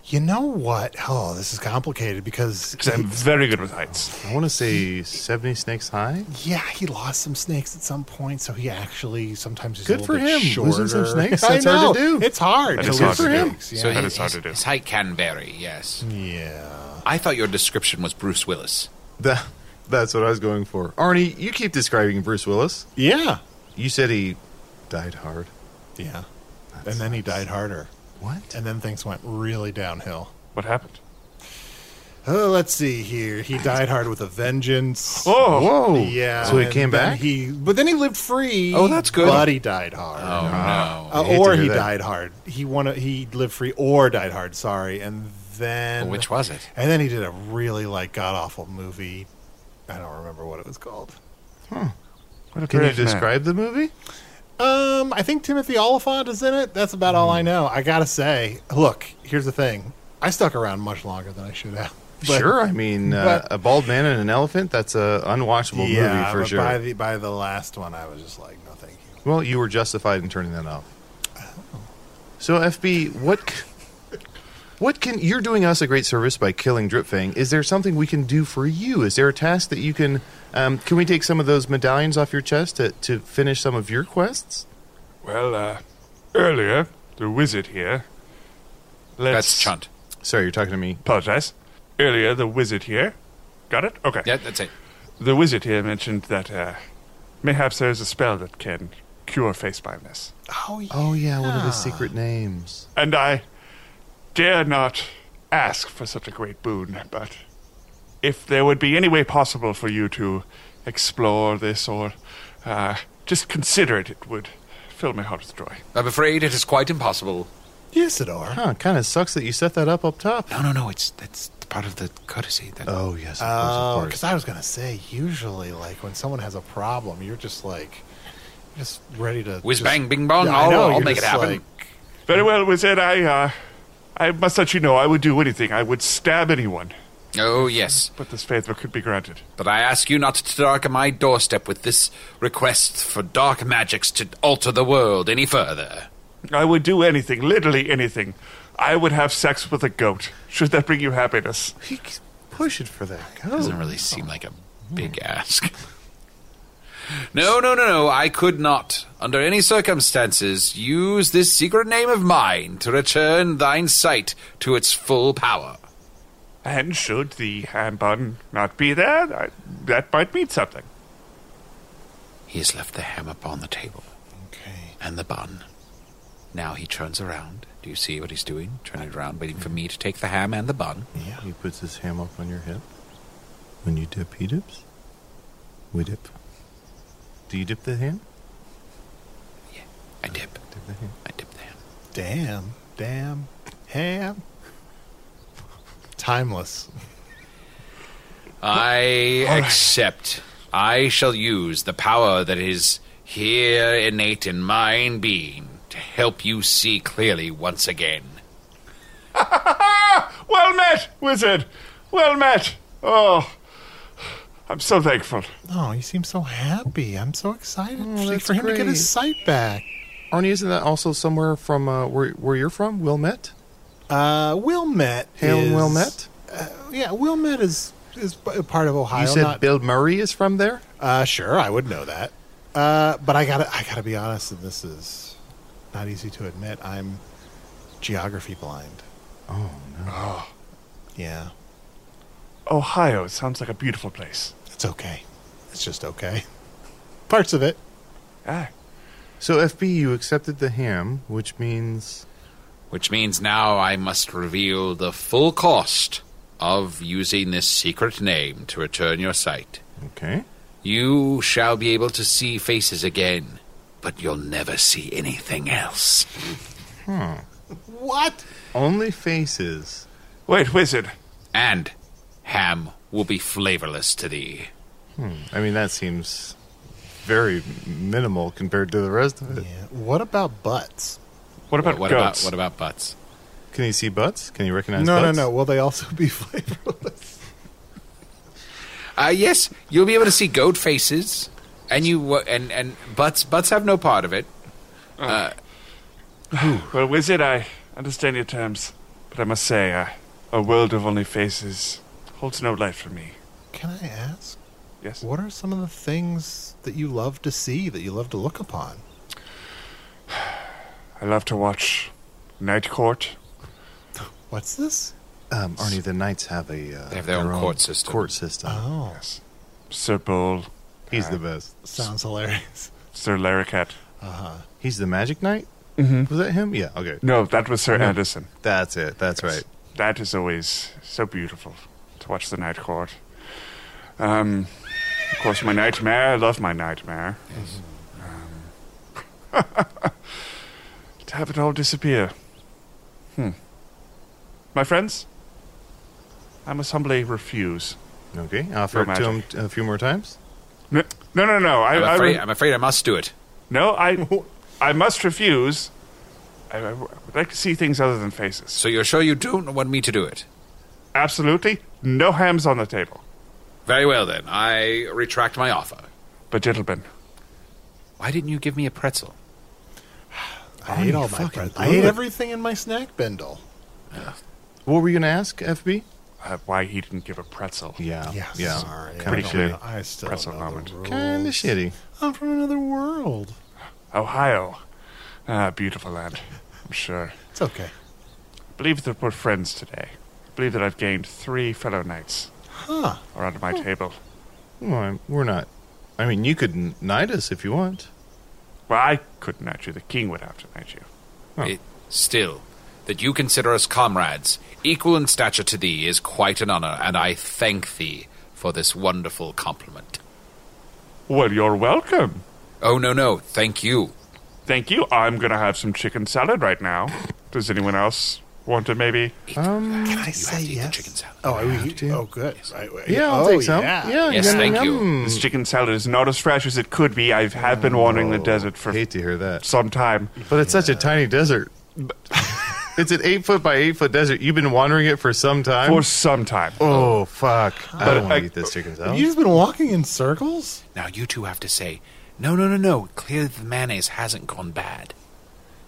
Speaker 4: You know what? Oh, this is complicated because
Speaker 8: Because I'm very good with heights.
Speaker 5: I want to say 70 snakes high.
Speaker 4: Yeah, he lost some snakes at some point, so he actually sometimes is
Speaker 5: Good
Speaker 4: a
Speaker 5: for
Speaker 4: little bit
Speaker 5: him.
Speaker 4: Shorter.
Speaker 5: Losing
Speaker 4: (laughs)
Speaker 5: some snakes,
Speaker 4: I
Speaker 5: that's hard to
Speaker 4: know.
Speaker 5: do.
Speaker 4: It's hard.
Speaker 8: That
Speaker 4: to
Speaker 8: is
Speaker 4: lose
Speaker 8: hard to do.
Speaker 4: snakes, Yeah.
Speaker 8: So That
Speaker 6: his,
Speaker 8: is hard to
Speaker 6: his-
Speaker 8: do.
Speaker 6: his height can vary, yes.
Speaker 4: yeah.
Speaker 6: I thought your description was Bruce Willis.
Speaker 5: That, that's what I was going for. Arnie, you keep describing Bruce Willis.
Speaker 4: Yeah.
Speaker 5: You said he died hard.
Speaker 4: Yeah. and then he died harder,
Speaker 5: What?
Speaker 4: and then things went really downhill.
Speaker 8: What happened?
Speaker 4: Oh, let's see here. He died hard with a vengeance.
Speaker 8: Oh,
Speaker 5: Whoa!
Speaker 4: yeah.
Speaker 5: So he
Speaker 4: and
Speaker 5: came
Speaker 4: then
Speaker 5: back.
Speaker 4: He, but then he lived free.
Speaker 6: Oh, that's good.
Speaker 4: But he died hard.
Speaker 6: Oh, no.
Speaker 4: Uh,
Speaker 5: hate to
Speaker 4: or
Speaker 5: hear
Speaker 4: he
Speaker 5: that.
Speaker 4: died hard. He won. A, he lived free or died hard. Sorry, and then
Speaker 6: Which was it?
Speaker 4: And then he did a really like god awful movie. I don't remember what it was called.
Speaker 5: Can you
Speaker 4: terrific man.
Speaker 5: describe the movie?
Speaker 4: Um, I think Timothy Oliphant is in it. That's about all
Speaker 5: Hmm.
Speaker 4: I know. I gotta say, look, here's the thing. I stuck around much longer than I should have. (laughs) But-
Speaker 5: sure. I mean, uh,
Speaker 4: but-
Speaker 5: a bald man and an elephant, that's a unwatchable
Speaker 4: yeah,
Speaker 5: movie for
Speaker 4: but
Speaker 5: sure.
Speaker 4: By the by, the last one, I was just like, no, thank you.
Speaker 5: Well, you were justified in turning that off. So, FB, what c- what can you're doing us a great service by killing Dripfang? Is there something we can do for you? Is there a task that you can um, can we take some of those medallions off your chest to, to finish some of your quests?
Speaker 8: Well, uh, earlier, the wizard here. Let's... That's Chunt.
Speaker 5: Sorry, you're talking to me.
Speaker 8: Apologize. Earlier, the wizard here. Got it? Okay.
Speaker 6: Yeah, that's it.
Speaker 8: The wizard here mentioned that uh, mayhaps there is a spell that can cure face blindness.
Speaker 5: Oh yeah. Oh yeah, one of his secret names.
Speaker 8: And I dare not ask for such a great boon, but if there would be any way possible for you to explore this or uh, just consider it, it would fill my heart with joy.
Speaker 6: I'm afraid it is quite impossible.
Speaker 4: Yes, it are.
Speaker 5: Huh, kind of sucks that you set that up up top.
Speaker 6: No, no, no. It's that's part of the courtesy. That
Speaker 5: oh yes, of course,
Speaker 4: Oh,
Speaker 5: of course.
Speaker 4: because I was gonna say, usually, like when someone has a problem, you're just like, you're just ready to
Speaker 6: Whiz
Speaker 4: just-
Speaker 6: bang, bing bong.
Speaker 4: Yeah, I
Speaker 6: I'll,
Speaker 4: know,
Speaker 6: I'll
Speaker 4: you're
Speaker 6: make it
Speaker 4: just
Speaker 6: happen.
Speaker 4: like-
Speaker 8: Very well, wizard. I, uh, I must let you know I would do anything. I would stab anyone.
Speaker 6: Oh yes.
Speaker 8: But this favor could be granted.
Speaker 6: But I ask you not to darken my doorstep with this request for dark magics to alter the world any further.
Speaker 8: I would do anything, literally anything. I would have sex with a goat. Should that bring you happiness?
Speaker 5: Push it for that.
Speaker 6: Doesn't really seem like a big ask. No, no, no, no. I could not, under any circumstances, use this secret name of mine to return thine sight to its full power.
Speaker 8: And should the ham bun not be there, I, that might mean something.
Speaker 6: He has left the ham upon the table. Okay. And the bun. Now he turns around. Do you see what he's doing? Turning around, waiting for me to take the ham and the bun.
Speaker 5: Yeah. He puts his ham up on your hip. When you dip, he dips. We dip. Do you dip the ham?
Speaker 6: I dip.
Speaker 5: Dip the ham.
Speaker 4: Damn, damn, ham. Timeless.
Speaker 6: I accept. I shall use the power that is here innate in mine being to help you see clearly once again.
Speaker 8: Well met, wizard. Well met. Oh, I'm so thankful.
Speaker 4: Oh, he seems so happy. I'm so excited
Speaker 5: that's
Speaker 4: for him to get
Speaker 5: great.
Speaker 4: his sight back.
Speaker 5: Arnie, isn't that also somewhere from uh, where where you're from? Wilmette.
Speaker 4: Uh, Wilmette.
Speaker 5: Hail
Speaker 4: is, uh,
Speaker 5: Wilmette.
Speaker 4: Yeah, Wilmette is is p- part of Ohio.
Speaker 5: you said
Speaker 4: not-
Speaker 5: Bill Murray is from there.
Speaker 4: Uh, sure, I would know that. Uh, but I gotta, I gotta be honest, and this is not easy to admit. I'm geography blind.
Speaker 5: Oh
Speaker 4: no. Oh, yeah.
Speaker 8: Ohio sounds like a beautiful place.
Speaker 4: It's okay. It's just okay. (laughs) Parts of it.
Speaker 8: Ah.
Speaker 5: So FB, you accepted the ham, which means
Speaker 6: Which means now I must reveal the full cost of using this secret name to return your sight.
Speaker 5: okay.
Speaker 6: You shall be able to see faces again, but you'll never see anything else.
Speaker 5: Hmm.
Speaker 4: What?
Speaker 5: Only faces.
Speaker 8: Wait, wizard.
Speaker 6: And ham will be flavorless to thee.
Speaker 5: Hmm. I mean, that seems very minimal compared to the rest of it.
Speaker 4: What about butts?
Speaker 8: What
Speaker 6: about What- what goats? about- what about butts?
Speaker 5: Can you see butts? Can you recognize?
Speaker 4: no,
Speaker 5: butts?
Speaker 4: no, no. Will they also be (laughs) flavorless?
Speaker 6: Uh, yes, you'll be able to see goat faces, and you uh, and and butts butts have no part of it. Uh,
Speaker 8: Well, wizard, I understand your terms, but I must say, uh, a world of only faces holds no light for me.
Speaker 4: Can I ask?
Speaker 8: Yes.
Speaker 4: What are some of the things that you love to see that you love to look upon?
Speaker 8: I love to watch Night Court.
Speaker 4: What's this?
Speaker 5: Um, Arnie, the knights have a uh, they
Speaker 6: have their own court system.
Speaker 5: Court system.
Speaker 4: Oh,
Speaker 8: Sir Bull.
Speaker 5: He's the best.
Speaker 4: sounds hilarious.
Speaker 8: Sir Laricat.
Speaker 4: Uh huh.
Speaker 5: (laughs) He's the magic knight.
Speaker 6: Mm-hmm.
Speaker 8: Mhm.
Speaker 5: Was that him? Yeah. Okay.
Speaker 8: No, that was Sir
Speaker 5: No.
Speaker 8: Anderson.
Speaker 5: That's it. That's right.
Speaker 8: That is always so beautiful to watch the Night Court. Um, of course, my nightmare. I love my nightmare. Yes. (laughs) Um, to have it all disappear. Hmm. My friends, I must humbly refuse.
Speaker 5: Okay, offer it to him t- a few more times.
Speaker 8: No, no, no. no. I,
Speaker 6: I'm
Speaker 8: I
Speaker 6: afraid,
Speaker 8: re-
Speaker 6: I'm afraid I must do it. (laughs)
Speaker 8: no, I, I must refuse. I, I would like to see things other than faces.
Speaker 6: So you're sure you don't want me to do it?
Speaker 8: Absolutely, no hams on the table.
Speaker 6: Very well, then. I retract my offer.
Speaker 8: But, gentlemen.
Speaker 6: Why didn't you give me a pretzel?
Speaker 4: I ate all my bread. I ate everything in my snack bindle.
Speaker 5: What were you going to ask, FB?
Speaker 8: Uh, why he didn't give a pretzel?
Speaker 5: Yeah,
Speaker 4: Yeah,
Speaker 5: yeah.
Speaker 4: sorry. I
Speaker 5: Pretty
Speaker 4: don't
Speaker 5: shitty.
Speaker 4: know. I still
Speaker 8: pretzel
Speaker 4: know the
Speaker 8: moment.
Speaker 4: rules.
Speaker 5: Kinda shitty.
Speaker 4: I'm from another world.
Speaker 8: Ohio, ah, beautiful land. I'm sure.
Speaker 4: It's okay.
Speaker 8: I believe that we're friends today. I believe that I've gained three fellow knights
Speaker 4: Huh.
Speaker 8: around my table.
Speaker 5: Well, I'm- we're not. I mean, you could n- knight us if you want.
Speaker 8: Well, I couldn't knight you. The king would have to knight you.
Speaker 4: Oh.
Speaker 6: It, still, that you consider us comrades, equal in stature to thee, is quite an honor, and I thank thee for this wonderful compliment.
Speaker 8: Well, you're welcome.
Speaker 6: Oh, no, no. Thank you.
Speaker 8: Thank you. I'm going to have some chicken salad right now. Does anyone else want to maybe?
Speaker 5: Um,
Speaker 4: Can I say yes? Oh, I eat- oh, good. Right, right.
Speaker 5: Yeah, I'll
Speaker 4: oh,
Speaker 5: take some.
Speaker 4: Yeah.
Speaker 5: Yeah, Yes, yum, thank yum, you.
Speaker 4: Hmm.
Speaker 5: yum.
Speaker 8: This chicken salad is not as fresh as it could be. I have been wandering
Speaker 4: Oh,
Speaker 8: the desert for
Speaker 5: hate to hear that.
Speaker 8: some time.
Speaker 5: But it's such a tiny desert. it's an eight foot by eight foot desert. You've been wandering it for some time.
Speaker 8: For some time.
Speaker 5: oh fuck! I
Speaker 8: But
Speaker 5: don't want
Speaker 8: I-
Speaker 5: to eat this chicken
Speaker 4: Have
Speaker 5: salad.
Speaker 4: you just been walking in circles?
Speaker 6: Now you two have to say, no, no, no, no. Clearly the mayonnaise hasn't gone bad.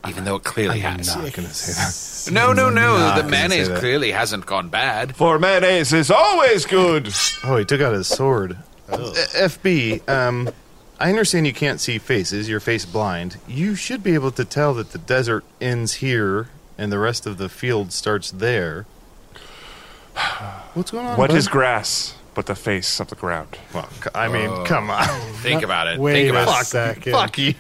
Speaker 4: Uh,
Speaker 6: Even though it clearly
Speaker 5: I'm
Speaker 6: has.
Speaker 5: not gonna say that.
Speaker 6: No, no, no.
Speaker 5: Not
Speaker 6: The
Speaker 5: gonna
Speaker 6: mayonnaise
Speaker 5: say that.
Speaker 6: clearly hasn't gone bad.
Speaker 8: For mayonnaise is always good.
Speaker 5: Oh, he took out his sword. Uh, FB, um, I understand you can't see faces. You're face blind. You should be able to tell that the desert ends here and the rest of the field starts there. (sighs) What's going on?
Speaker 8: What
Speaker 5: bud?
Speaker 8: is grass but the face of the ground?
Speaker 5: Well, c- I mean, come on.
Speaker 6: Think about it.
Speaker 4: Wait
Speaker 6: Think
Speaker 4: a
Speaker 6: about it.
Speaker 4: second.
Speaker 5: Fuck you.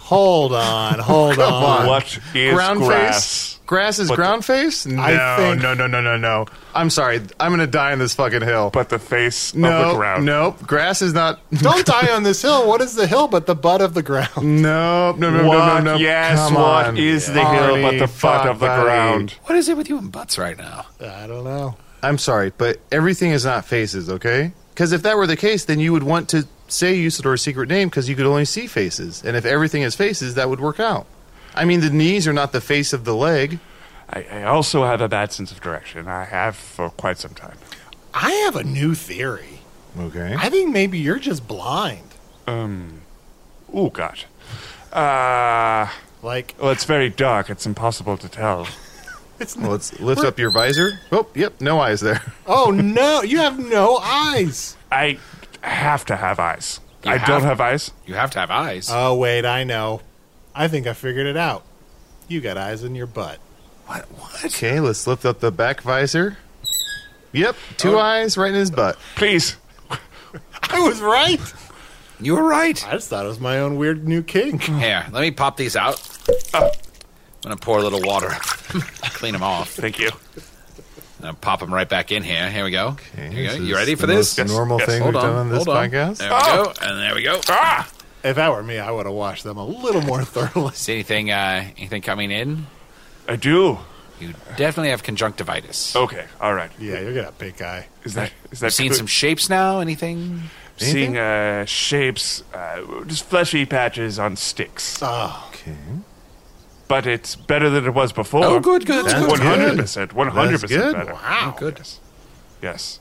Speaker 4: Hold on. Hold
Speaker 5: Come on.
Speaker 8: What is
Speaker 5: ground
Speaker 8: grass?
Speaker 5: face? Grass is
Speaker 8: But the-
Speaker 5: ground face? No,
Speaker 4: I think-
Speaker 5: no, no, no, no, no. I'm sorry. I'm going to die on this fucking hill.
Speaker 8: But the face of
Speaker 5: no,
Speaker 8: the ground.
Speaker 5: nope. Grass is not.
Speaker 4: Don't die on this hill. What is the hill but the butt of the ground?
Speaker 5: (laughs) Nope. No, no, no, no,
Speaker 8: What?
Speaker 5: no.
Speaker 8: Yes,
Speaker 5: Come
Speaker 8: what
Speaker 5: on.
Speaker 8: is the hill but
Speaker 5: Arnie,
Speaker 8: the butt
Speaker 5: fuck,
Speaker 8: of the
Speaker 5: buddy.
Speaker 8: ground?
Speaker 6: What is it with you and butts right now?
Speaker 4: I don't know.
Speaker 5: I'm sorry, but everything is not faces, okay? Because if that were the case, then you would want to say Usador's secret name because you could only see faces. And if everything is faces, that would work out. I mean, the knees are not the face of the leg.
Speaker 8: I, I also have a bad sense of direction. I have for quite some time.
Speaker 4: I have a new theory.
Speaker 5: Okay.
Speaker 4: I think maybe you're just blind.
Speaker 8: Um, oh God. Uh,
Speaker 4: Like oh,
Speaker 8: well, it's very dark. It's impossible to tell.
Speaker 4: it's
Speaker 5: Well, let's lift up your visor. Oh, yep, no eyes there.
Speaker 4: Oh no, you have no eyes.
Speaker 8: I have to have eyes.
Speaker 6: You
Speaker 8: I don't
Speaker 6: have-
Speaker 8: have eyes.
Speaker 6: You have to have eyes.
Speaker 4: Oh wait, I know. I think I figured it out. You got eyes in your butt.
Speaker 6: what? What?
Speaker 5: Okay, let's lift up the back visor. Yep,
Speaker 4: Oh.
Speaker 5: two eyes right in his butt. (laughs)
Speaker 8: Please.
Speaker 4: I was right.
Speaker 6: You were right.
Speaker 4: I just thought it was my own weird new
Speaker 5: (laughs)
Speaker 4: kink.
Speaker 6: Here, let me pop these out.
Speaker 8: Ah.
Speaker 6: I'm gonna pour a little water, (laughs) clean them off,
Speaker 8: Thank you.
Speaker 6: and I'll pop them right back in here. Here we go. here
Speaker 5: Okay, this
Speaker 6: we go.
Speaker 5: is
Speaker 6: You ready for
Speaker 5: the
Speaker 6: this?
Speaker 5: most normal
Speaker 8: yes,
Speaker 5: thing
Speaker 6: Hold
Speaker 5: we've
Speaker 6: on,
Speaker 5: done on this
Speaker 6: hold on.
Speaker 5: podcast.
Speaker 6: There we go, and there we go.
Speaker 8: Ah!
Speaker 4: If that were me, I would have washed them a little more (laughs) thoroughly.
Speaker 6: Is anything, uh, anything coming in?
Speaker 8: I do.
Speaker 6: You definitely have conjunctivitis.
Speaker 8: Okay. All right.
Speaker 4: Yeah, you're gonna pick eye.
Speaker 8: Is that
Speaker 6: I've
Speaker 8: is that
Speaker 6: seen
Speaker 8: clear?
Speaker 6: some shapes now. Anything?
Speaker 8: seeing uh, shapes, uh, just fleshy patches on sticks?
Speaker 4: Oh,
Speaker 5: Okay.
Speaker 8: But it's better than it was before.
Speaker 6: Oh, good, good, that's
Speaker 5: That's
Speaker 8: One
Speaker 5: good.
Speaker 8: hundred percent. One hundred
Speaker 5: That's good.
Speaker 8: percent better.
Speaker 4: wow.
Speaker 8: Yes. Yes.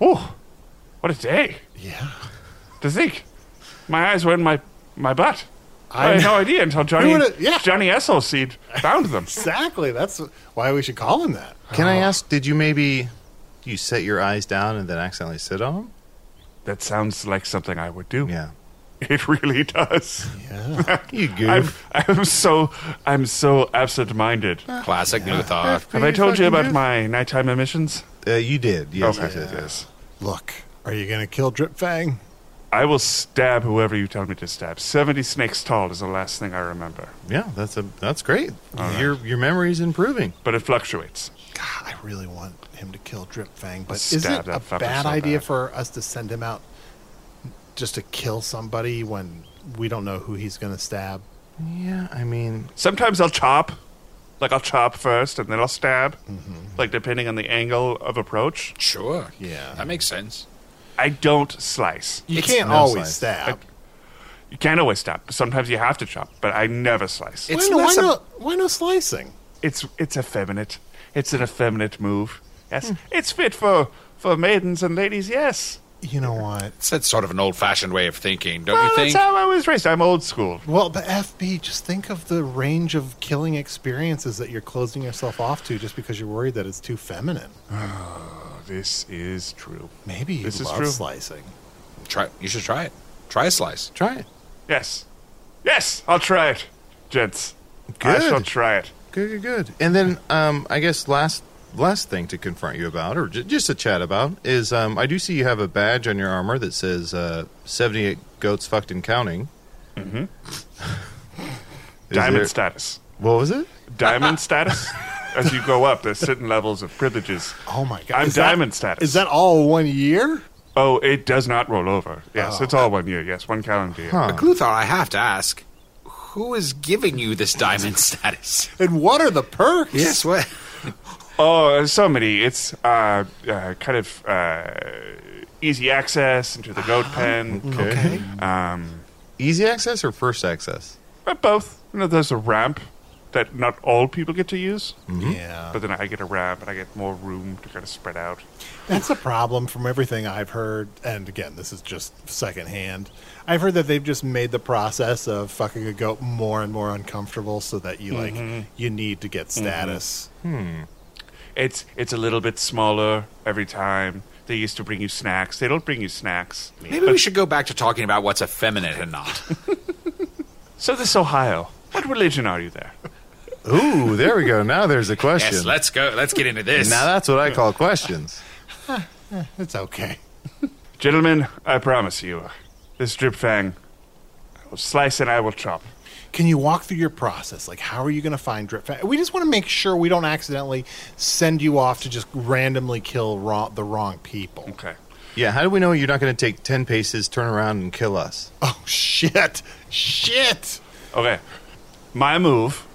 Speaker 8: Oh, what a day
Speaker 4: Yeah.
Speaker 8: to think. My eyes were in my my butt. I,
Speaker 4: I
Speaker 8: had
Speaker 4: know.
Speaker 8: no idea until Johnny
Speaker 4: would've- yeah.
Speaker 8: Johnny Esselseed found them.
Speaker 4: Exactly. That's why we should call him that.
Speaker 5: (laughs)
Speaker 4: Oh,
Speaker 5: Can I ask, did you maybe you set your eyes down and then accidentally sit on them?
Speaker 8: that sounds like something I would do.
Speaker 5: Yeah.
Speaker 8: (laughs) It really does.
Speaker 4: Yeah.
Speaker 5: You
Speaker 8: I'm
Speaker 5: goof.
Speaker 8: I'm so I'm so absent-minded.
Speaker 6: Classic Luthor.
Speaker 8: Have I told you
Speaker 5: fucking
Speaker 8: about
Speaker 5: goof.
Speaker 8: my nighttime emissions?
Speaker 5: Uh, you did. Yes,
Speaker 8: okay.
Speaker 5: yes, yes, yes.
Speaker 4: Look, are you gonna kill Drip Fang?
Speaker 8: I will stab whoever you tell me to stab. Seventy snakes tall is the last thing I remember,
Speaker 5: Yeah, that's a that's great. Your your memory's improving.
Speaker 8: but it fluctuates.
Speaker 4: God, I really want him to kill Drip Fang, but
Speaker 8: Stab
Speaker 4: is it
Speaker 8: that
Speaker 4: a
Speaker 8: fucker
Speaker 4: bad
Speaker 8: so
Speaker 4: idea
Speaker 8: bad.
Speaker 4: for us to send him out just to kill somebody when we don't know who he's gonna stab?
Speaker 5: Yeah, I mean,
Speaker 8: Sometimes I'll chop. Like I'll chop first and then I'll stab,
Speaker 5: Mm-hmm.
Speaker 8: like depending on the angle of approach. Sure.
Speaker 6: Yeah. That makes sense.
Speaker 8: I don't slice.
Speaker 15: You It's can't no always slice. stab.
Speaker 8: Like, you can't always stab. Sometimes you have to chop, but I never slice.
Speaker 15: Why no, why, no, why no slicing?
Speaker 8: It's it's effeminate. It's an effeminate move. Yes, it's fit for for maidens and ladies. Yes.
Speaker 4: You know what?
Speaker 6: That's sort of an old fashioned way of thinking, don't
Speaker 8: well,
Speaker 6: you
Speaker 8: that's
Speaker 6: think?
Speaker 8: how I was raised. I'm old school.
Speaker 4: Well, but FB, just think of the range of killing experiences that you're closing yourself off to just because you're worried that it's too feminine.
Speaker 8: this is true.
Speaker 4: Maybe you
Speaker 8: This is
Speaker 4: love
Speaker 8: true.
Speaker 4: slicing.
Speaker 6: Try. You should try it. Try a slice.
Speaker 15: Try it.
Speaker 8: Yes. Yes, I'll try it, gents.
Speaker 5: Good.
Speaker 8: I shall try it.
Speaker 5: Good, good, good. And then um, I guess last last thing to confront you about, or j- just to chat about, is um, I do see you have a badge on your armor that says uh, "78 goats fucked and counting." Mm-hmm.
Speaker 8: Diamond status.
Speaker 5: What was it?
Speaker 4: (laughs)
Speaker 8: Diamond status. As you go up, there's certain levels of privileges.
Speaker 4: Oh my god.
Speaker 8: I'm
Speaker 4: Is that-
Speaker 8: diamond status.
Speaker 4: Is that all one year?
Speaker 8: Oh, it does not roll over. Yes,
Speaker 4: Oh.
Speaker 8: it's all one year. Yes, one calendar year.
Speaker 6: But Gluthar, I have to ask, who is giving you this diamond (laughs) status?
Speaker 4: And what are the perks?
Speaker 6: Yes, what?
Speaker 8: Oh, so many. It's uh, uh, kind of uh, easy access into the
Speaker 4: Ah,
Speaker 8: goat pen.
Speaker 5: Okay.
Speaker 8: Um,
Speaker 5: Easy access or first access?
Speaker 8: But both. You know, there's a ramp that not all people get to use.
Speaker 4: Mm.
Speaker 5: Mm-hmm.
Speaker 4: Yeah.
Speaker 8: But then I get a ramp and I get more room to kind of spread out.
Speaker 4: That's a problem from everything I've heard. And again, this is just secondhand. I've heard that they've just made the process of fucking a goat more and more uncomfortable so that you like
Speaker 8: Mhm.
Speaker 4: you need to get status.
Speaker 8: Hmm. It's it's a little bit smaller every time. They used to bring you snacks. They don't bring you snacks.
Speaker 6: Maybe we should go back to talking about what's effeminate and not.
Speaker 8: So this Ohio, what religion are you there?
Speaker 5: Ooh, there we go. Now (laughs) there's a question.
Speaker 6: yes, let's go. Let's get into this.
Speaker 5: Now that's what I call questions.
Speaker 4: It's okay.
Speaker 8: Gentlemen, I promise you, uh, this drip fang, I will slice and I will chop.
Speaker 4: Can you walk through your process? Like, how are you going to find drip? Fa- we just want to make sure we don't accidentally send you off to just randomly kill wrong, the wrong people.
Speaker 8: Okay.
Speaker 5: Yeah, how do we know you're not going to take 10 paces, turn around, and kill us?
Speaker 4: Oh, shit. Shit.
Speaker 8: Okay, my move.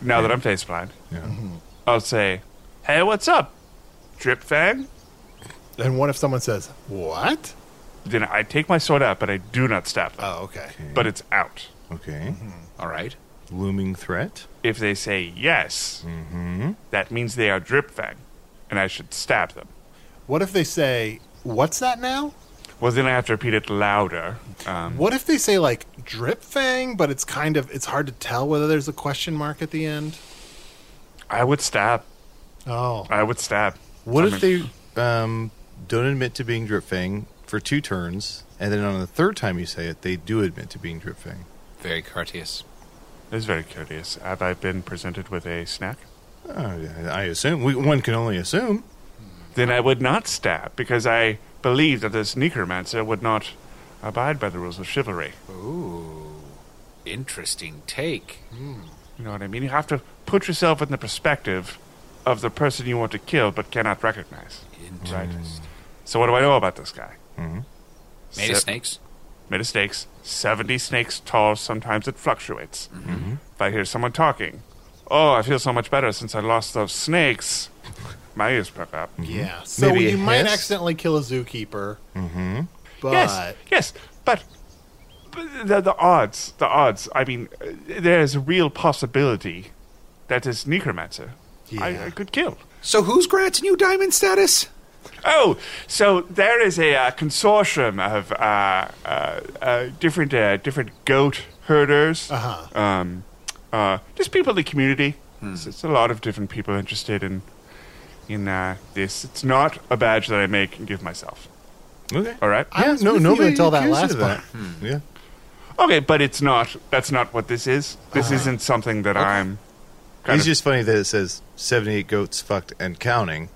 Speaker 8: Now that I'm face blind, I'll say, "Hey, what's up, drip fang?"
Speaker 4: And what if someone says, "What?"
Speaker 8: Then I take my sword out, but I do not stab them.
Speaker 4: Oh, okay.
Speaker 8: But it's out.
Speaker 5: Okay.
Speaker 8: Mm-hmm.
Speaker 6: All right.
Speaker 5: Looming threat.
Speaker 8: If they say yes, that means they are drip fang, and I should stab them.
Speaker 4: What if they say, "What's that now?"
Speaker 8: Well, then I have to repeat it louder. Um,
Speaker 4: What if they say like drip fang, but it's kind of it's hard to tell whether there's a question mark at the end?
Speaker 8: I would stab.
Speaker 4: Oh.
Speaker 8: I would stab.
Speaker 5: What
Speaker 8: I
Speaker 5: if
Speaker 8: mean-
Speaker 5: they um, don't admit to being drip fang for two turns, and then on the third time you say it, they do admit to being drip fang?
Speaker 6: Very courteous.
Speaker 8: It's very courteous. Have I been presented with a snack?
Speaker 5: Oh, yeah, I assume. We, one can only assume.
Speaker 8: Then I would not stab because I believe that this necromancer would not abide by the rules of chivalry.
Speaker 6: Ooh, interesting take.
Speaker 8: You know what I mean? You have to put yourself in the perspective of the person you want to kill but cannot recognize. Right. So what do I know about this guy?
Speaker 6: Made of
Speaker 8: Se-
Speaker 6: snakes.
Speaker 8: Made of snakes. Seventy snakes tall. Sometimes it fluctuates. If I hear someone talking, oh, I feel so much better since I lost those snakes. My ears perk up.
Speaker 4: Yeah. So you might accidentally kill a zookeeper,
Speaker 8: Mm-hmm.
Speaker 4: but
Speaker 8: yes, yes, but, but the, the odds, the odds. I mean, uh, there's a real possibility that this necromancer I, I could kill.
Speaker 6: So who's granting you diamond status?
Speaker 8: Oh, so there is a uh, consortium of uh, uh, uh, different uh, different goat herders, uh-huh. um, uh, just people in the community.
Speaker 6: Hmm.
Speaker 8: It's, it's a lot of different people interested in in uh, this. It's not a badge that I make and give myself.
Speaker 5: Okay.
Speaker 8: All right.
Speaker 4: I was no, with you until that last part.
Speaker 8: Hmm.
Speaker 5: Yeah.
Speaker 8: Okay, but it's not. That's not what this is. This isn't something that I'm. kind
Speaker 5: it's
Speaker 8: of-
Speaker 5: just funny that it says 78 goats fucked and counting.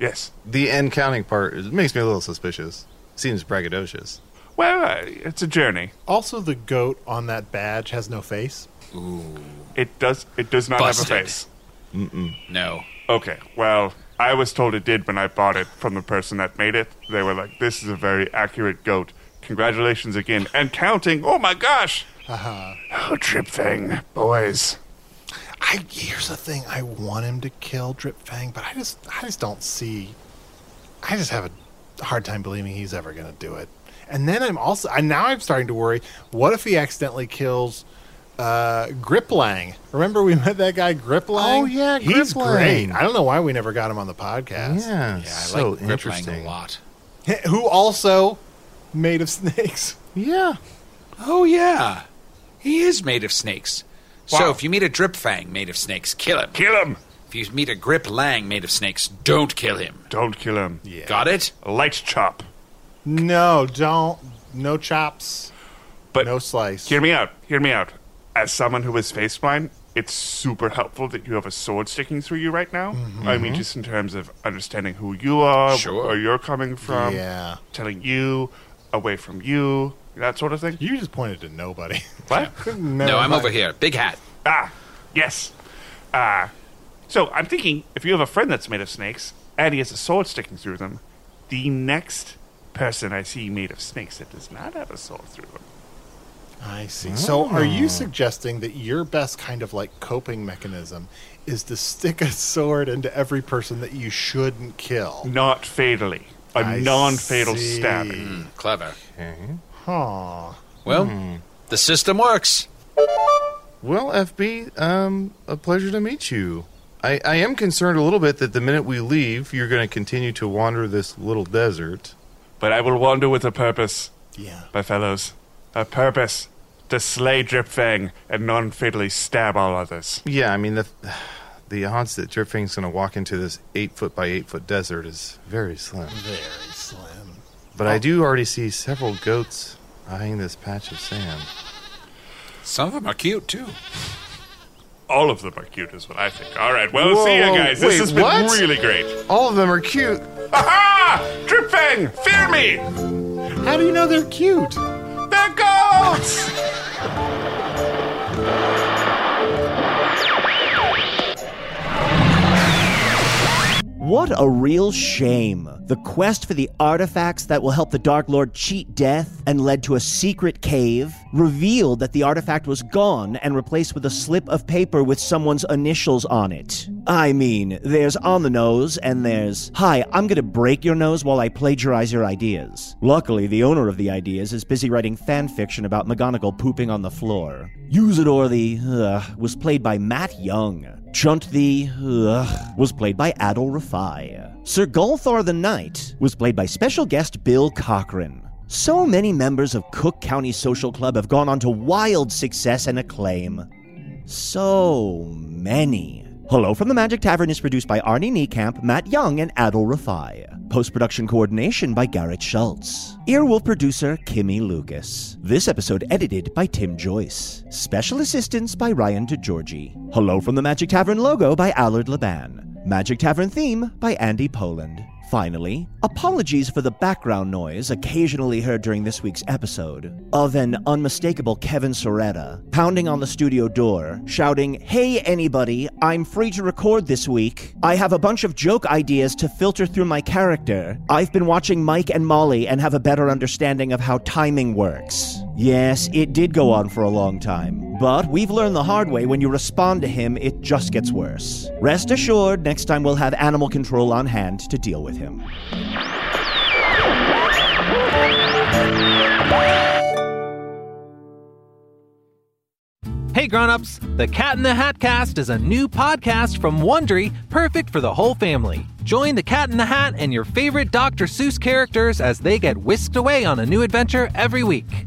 Speaker 8: Yes.
Speaker 5: The and counting part it makes me a little suspicious. Seems braggadocious.
Speaker 8: Well, uh, it's a journey.
Speaker 4: Also, the goat on that badge has no face.
Speaker 6: Ooh.
Speaker 8: It does. It does not
Speaker 6: Busted.
Speaker 8: have a face.
Speaker 5: Mm-mm.
Speaker 6: No.
Speaker 8: Okay. Well, I was told it did when I bought it from the person that made it. They were like, "This is a very accurate goat. Congratulations again and counting." Oh my gosh!
Speaker 4: Uh-huh.
Speaker 8: Oh, trip thing, boys.
Speaker 4: I here's the thing. I want him to kill Drip Fang, but I just I just don't see. I just have a hard time believing he's ever going to do it. And then I'm also I, now I'm starting to worry. What if he accidentally kills uh, Griplang? Remember we (laughs) met that guy Griplang?
Speaker 8: Oh, yeah,
Speaker 4: he's
Speaker 8: Griplang.
Speaker 4: great. I don't know why we never got him on the podcast. Yeah,
Speaker 5: so
Speaker 4: Griplang
Speaker 5: interesting.
Speaker 6: lot.
Speaker 4: Eh, Who also made of (laughs) snakes?
Speaker 5: Yeah.
Speaker 6: Oh, yeah. He is made of snakes. So
Speaker 4: Wow.
Speaker 6: if you meet a drip fang made of snakes, kill him.
Speaker 8: Kill him.
Speaker 6: If you meet a grip lang made of snakes, don't kill him.
Speaker 8: Don't kill him.
Speaker 4: Yeah.
Speaker 6: Got it?
Speaker 8: Light chop.
Speaker 15: No, don't. No chops.
Speaker 8: But
Speaker 15: no slice.
Speaker 8: Hear me out. Hear me out. As someone who is face blind, it's super helpful that you have a sword sticking through you right now. I mean,
Speaker 15: Mm-hmm.
Speaker 4: Mhm.
Speaker 8: just in terms of understanding who you are,
Speaker 4: Sure.
Speaker 8: where you're coming from,
Speaker 4: Yeah.
Speaker 8: telling you, away from you, that sort of thing.
Speaker 15: You just pointed to nobody. (laughs)
Speaker 8: What?
Speaker 6: no, I'm over here. Big hat.
Speaker 8: Ah, yes. Ah. so I'm thinking if you have a friend that's made of snakes and he has a sword sticking through them, the next person I see made of snakes that does not have a sword through them.
Speaker 15: I see. So, are you suggesting that your best kind of like coping mechanism is to stick a sword into every person that you shouldn't kill?
Speaker 8: Not fatally. A
Speaker 15: I
Speaker 8: non fatal
Speaker 15: see.
Speaker 8: stabbing.
Speaker 6: Hmm, Clever.
Speaker 15: Huh.
Speaker 6: Well, the system works.
Speaker 5: Well, FB, um, a pleasure to meet you. I, I am concerned a little bit that the minute we leave, you're going to continue to wander this little desert.
Speaker 8: But I will wander with a purpose.
Speaker 15: Yeah.
Speaker 8: My fellows, a purpose to slay Dripfang and non fatally stab all others.
Speaker 5: Yeah, I mean the (sighs) the odds that Dripfang's going to walk into this eight foot by eight foot desert is very slim.
Speaker 15: Very slim.
Speaker 5: But I do already see several goats eyeing this patch of sand.
Speaker 6: Some of them are cute, too.
Speaker 8: All of them are cute, is what I think. All right, well,
Speaker 5: Whoa,
Speaker 8: see you
Speaker 5: whoa,
Speaker 8: guys.
Speaker 5: wait,
Speaker 8: this has been
Speaker 5: what?
Speaker 8: really great.
Speaker 5: All of them are cute.
Speaker 8: Aha! Dripfang, fear me!
Speaker 15: How do you know they're cute?
Speaker 8: They're goats!
Speaker 3: What a real shame. The quest for the artifacts that will help the Dark Lord cheat death and led to a secret cave revealed that the artifact was gone and replaced with a slip of paper with someone's initials on it. I mean, there's on the nose and there's, hi, I'm gonna break your nose while I plagiarize your ideas. Luckily, the owner of the ideas is busy writing fan fiction about McGonagall pooping on the floor. Usador the, uh, was played by Matt Young. Chunt the ugh, was played by Adol Rafai. Sir Golthar the Knight was played by special guest Bill Cochran. So many members of Cook County Social Club have gone on to wild success and acclaim. So many. Hello from the Magic Tavern is produced by Arnie Niekamp, Matt Young, and Adol Rafai. Post production coordination by Garrett Schultz. Earwolf producer Kimmy Lucas. This episode edited by Tim Joyce. Special assistance by Ryan DeGiorgi. Hello from the Magic Tavern logo by Allard Laban. Magic Tavern theme by Andy Poland. Finally, apologies for the background noise occasionally heard during this week's episode of an unmistakable Kevin Soretta pounding on the studio door, shouting, Hey anybody, I'm free to record this week. I have a bunch of joke ideas to filter through my character. I've been watching Mike and Molly and have a better understanding of how timing works. Yes, it did go on for a long time, but we've learned the hard way when you respond to him, it just gets worse. Rest assured, next time we'll have animal control on hand to deal with him.
Speaker 16: Hey grown-ups, The Cat in the Hat cast is a new podcast from Wondery, perfect for the whole family. Join The Cat in the Hat and your favorite Dr. Seuss characters as they get whisked away on a new adventure every week.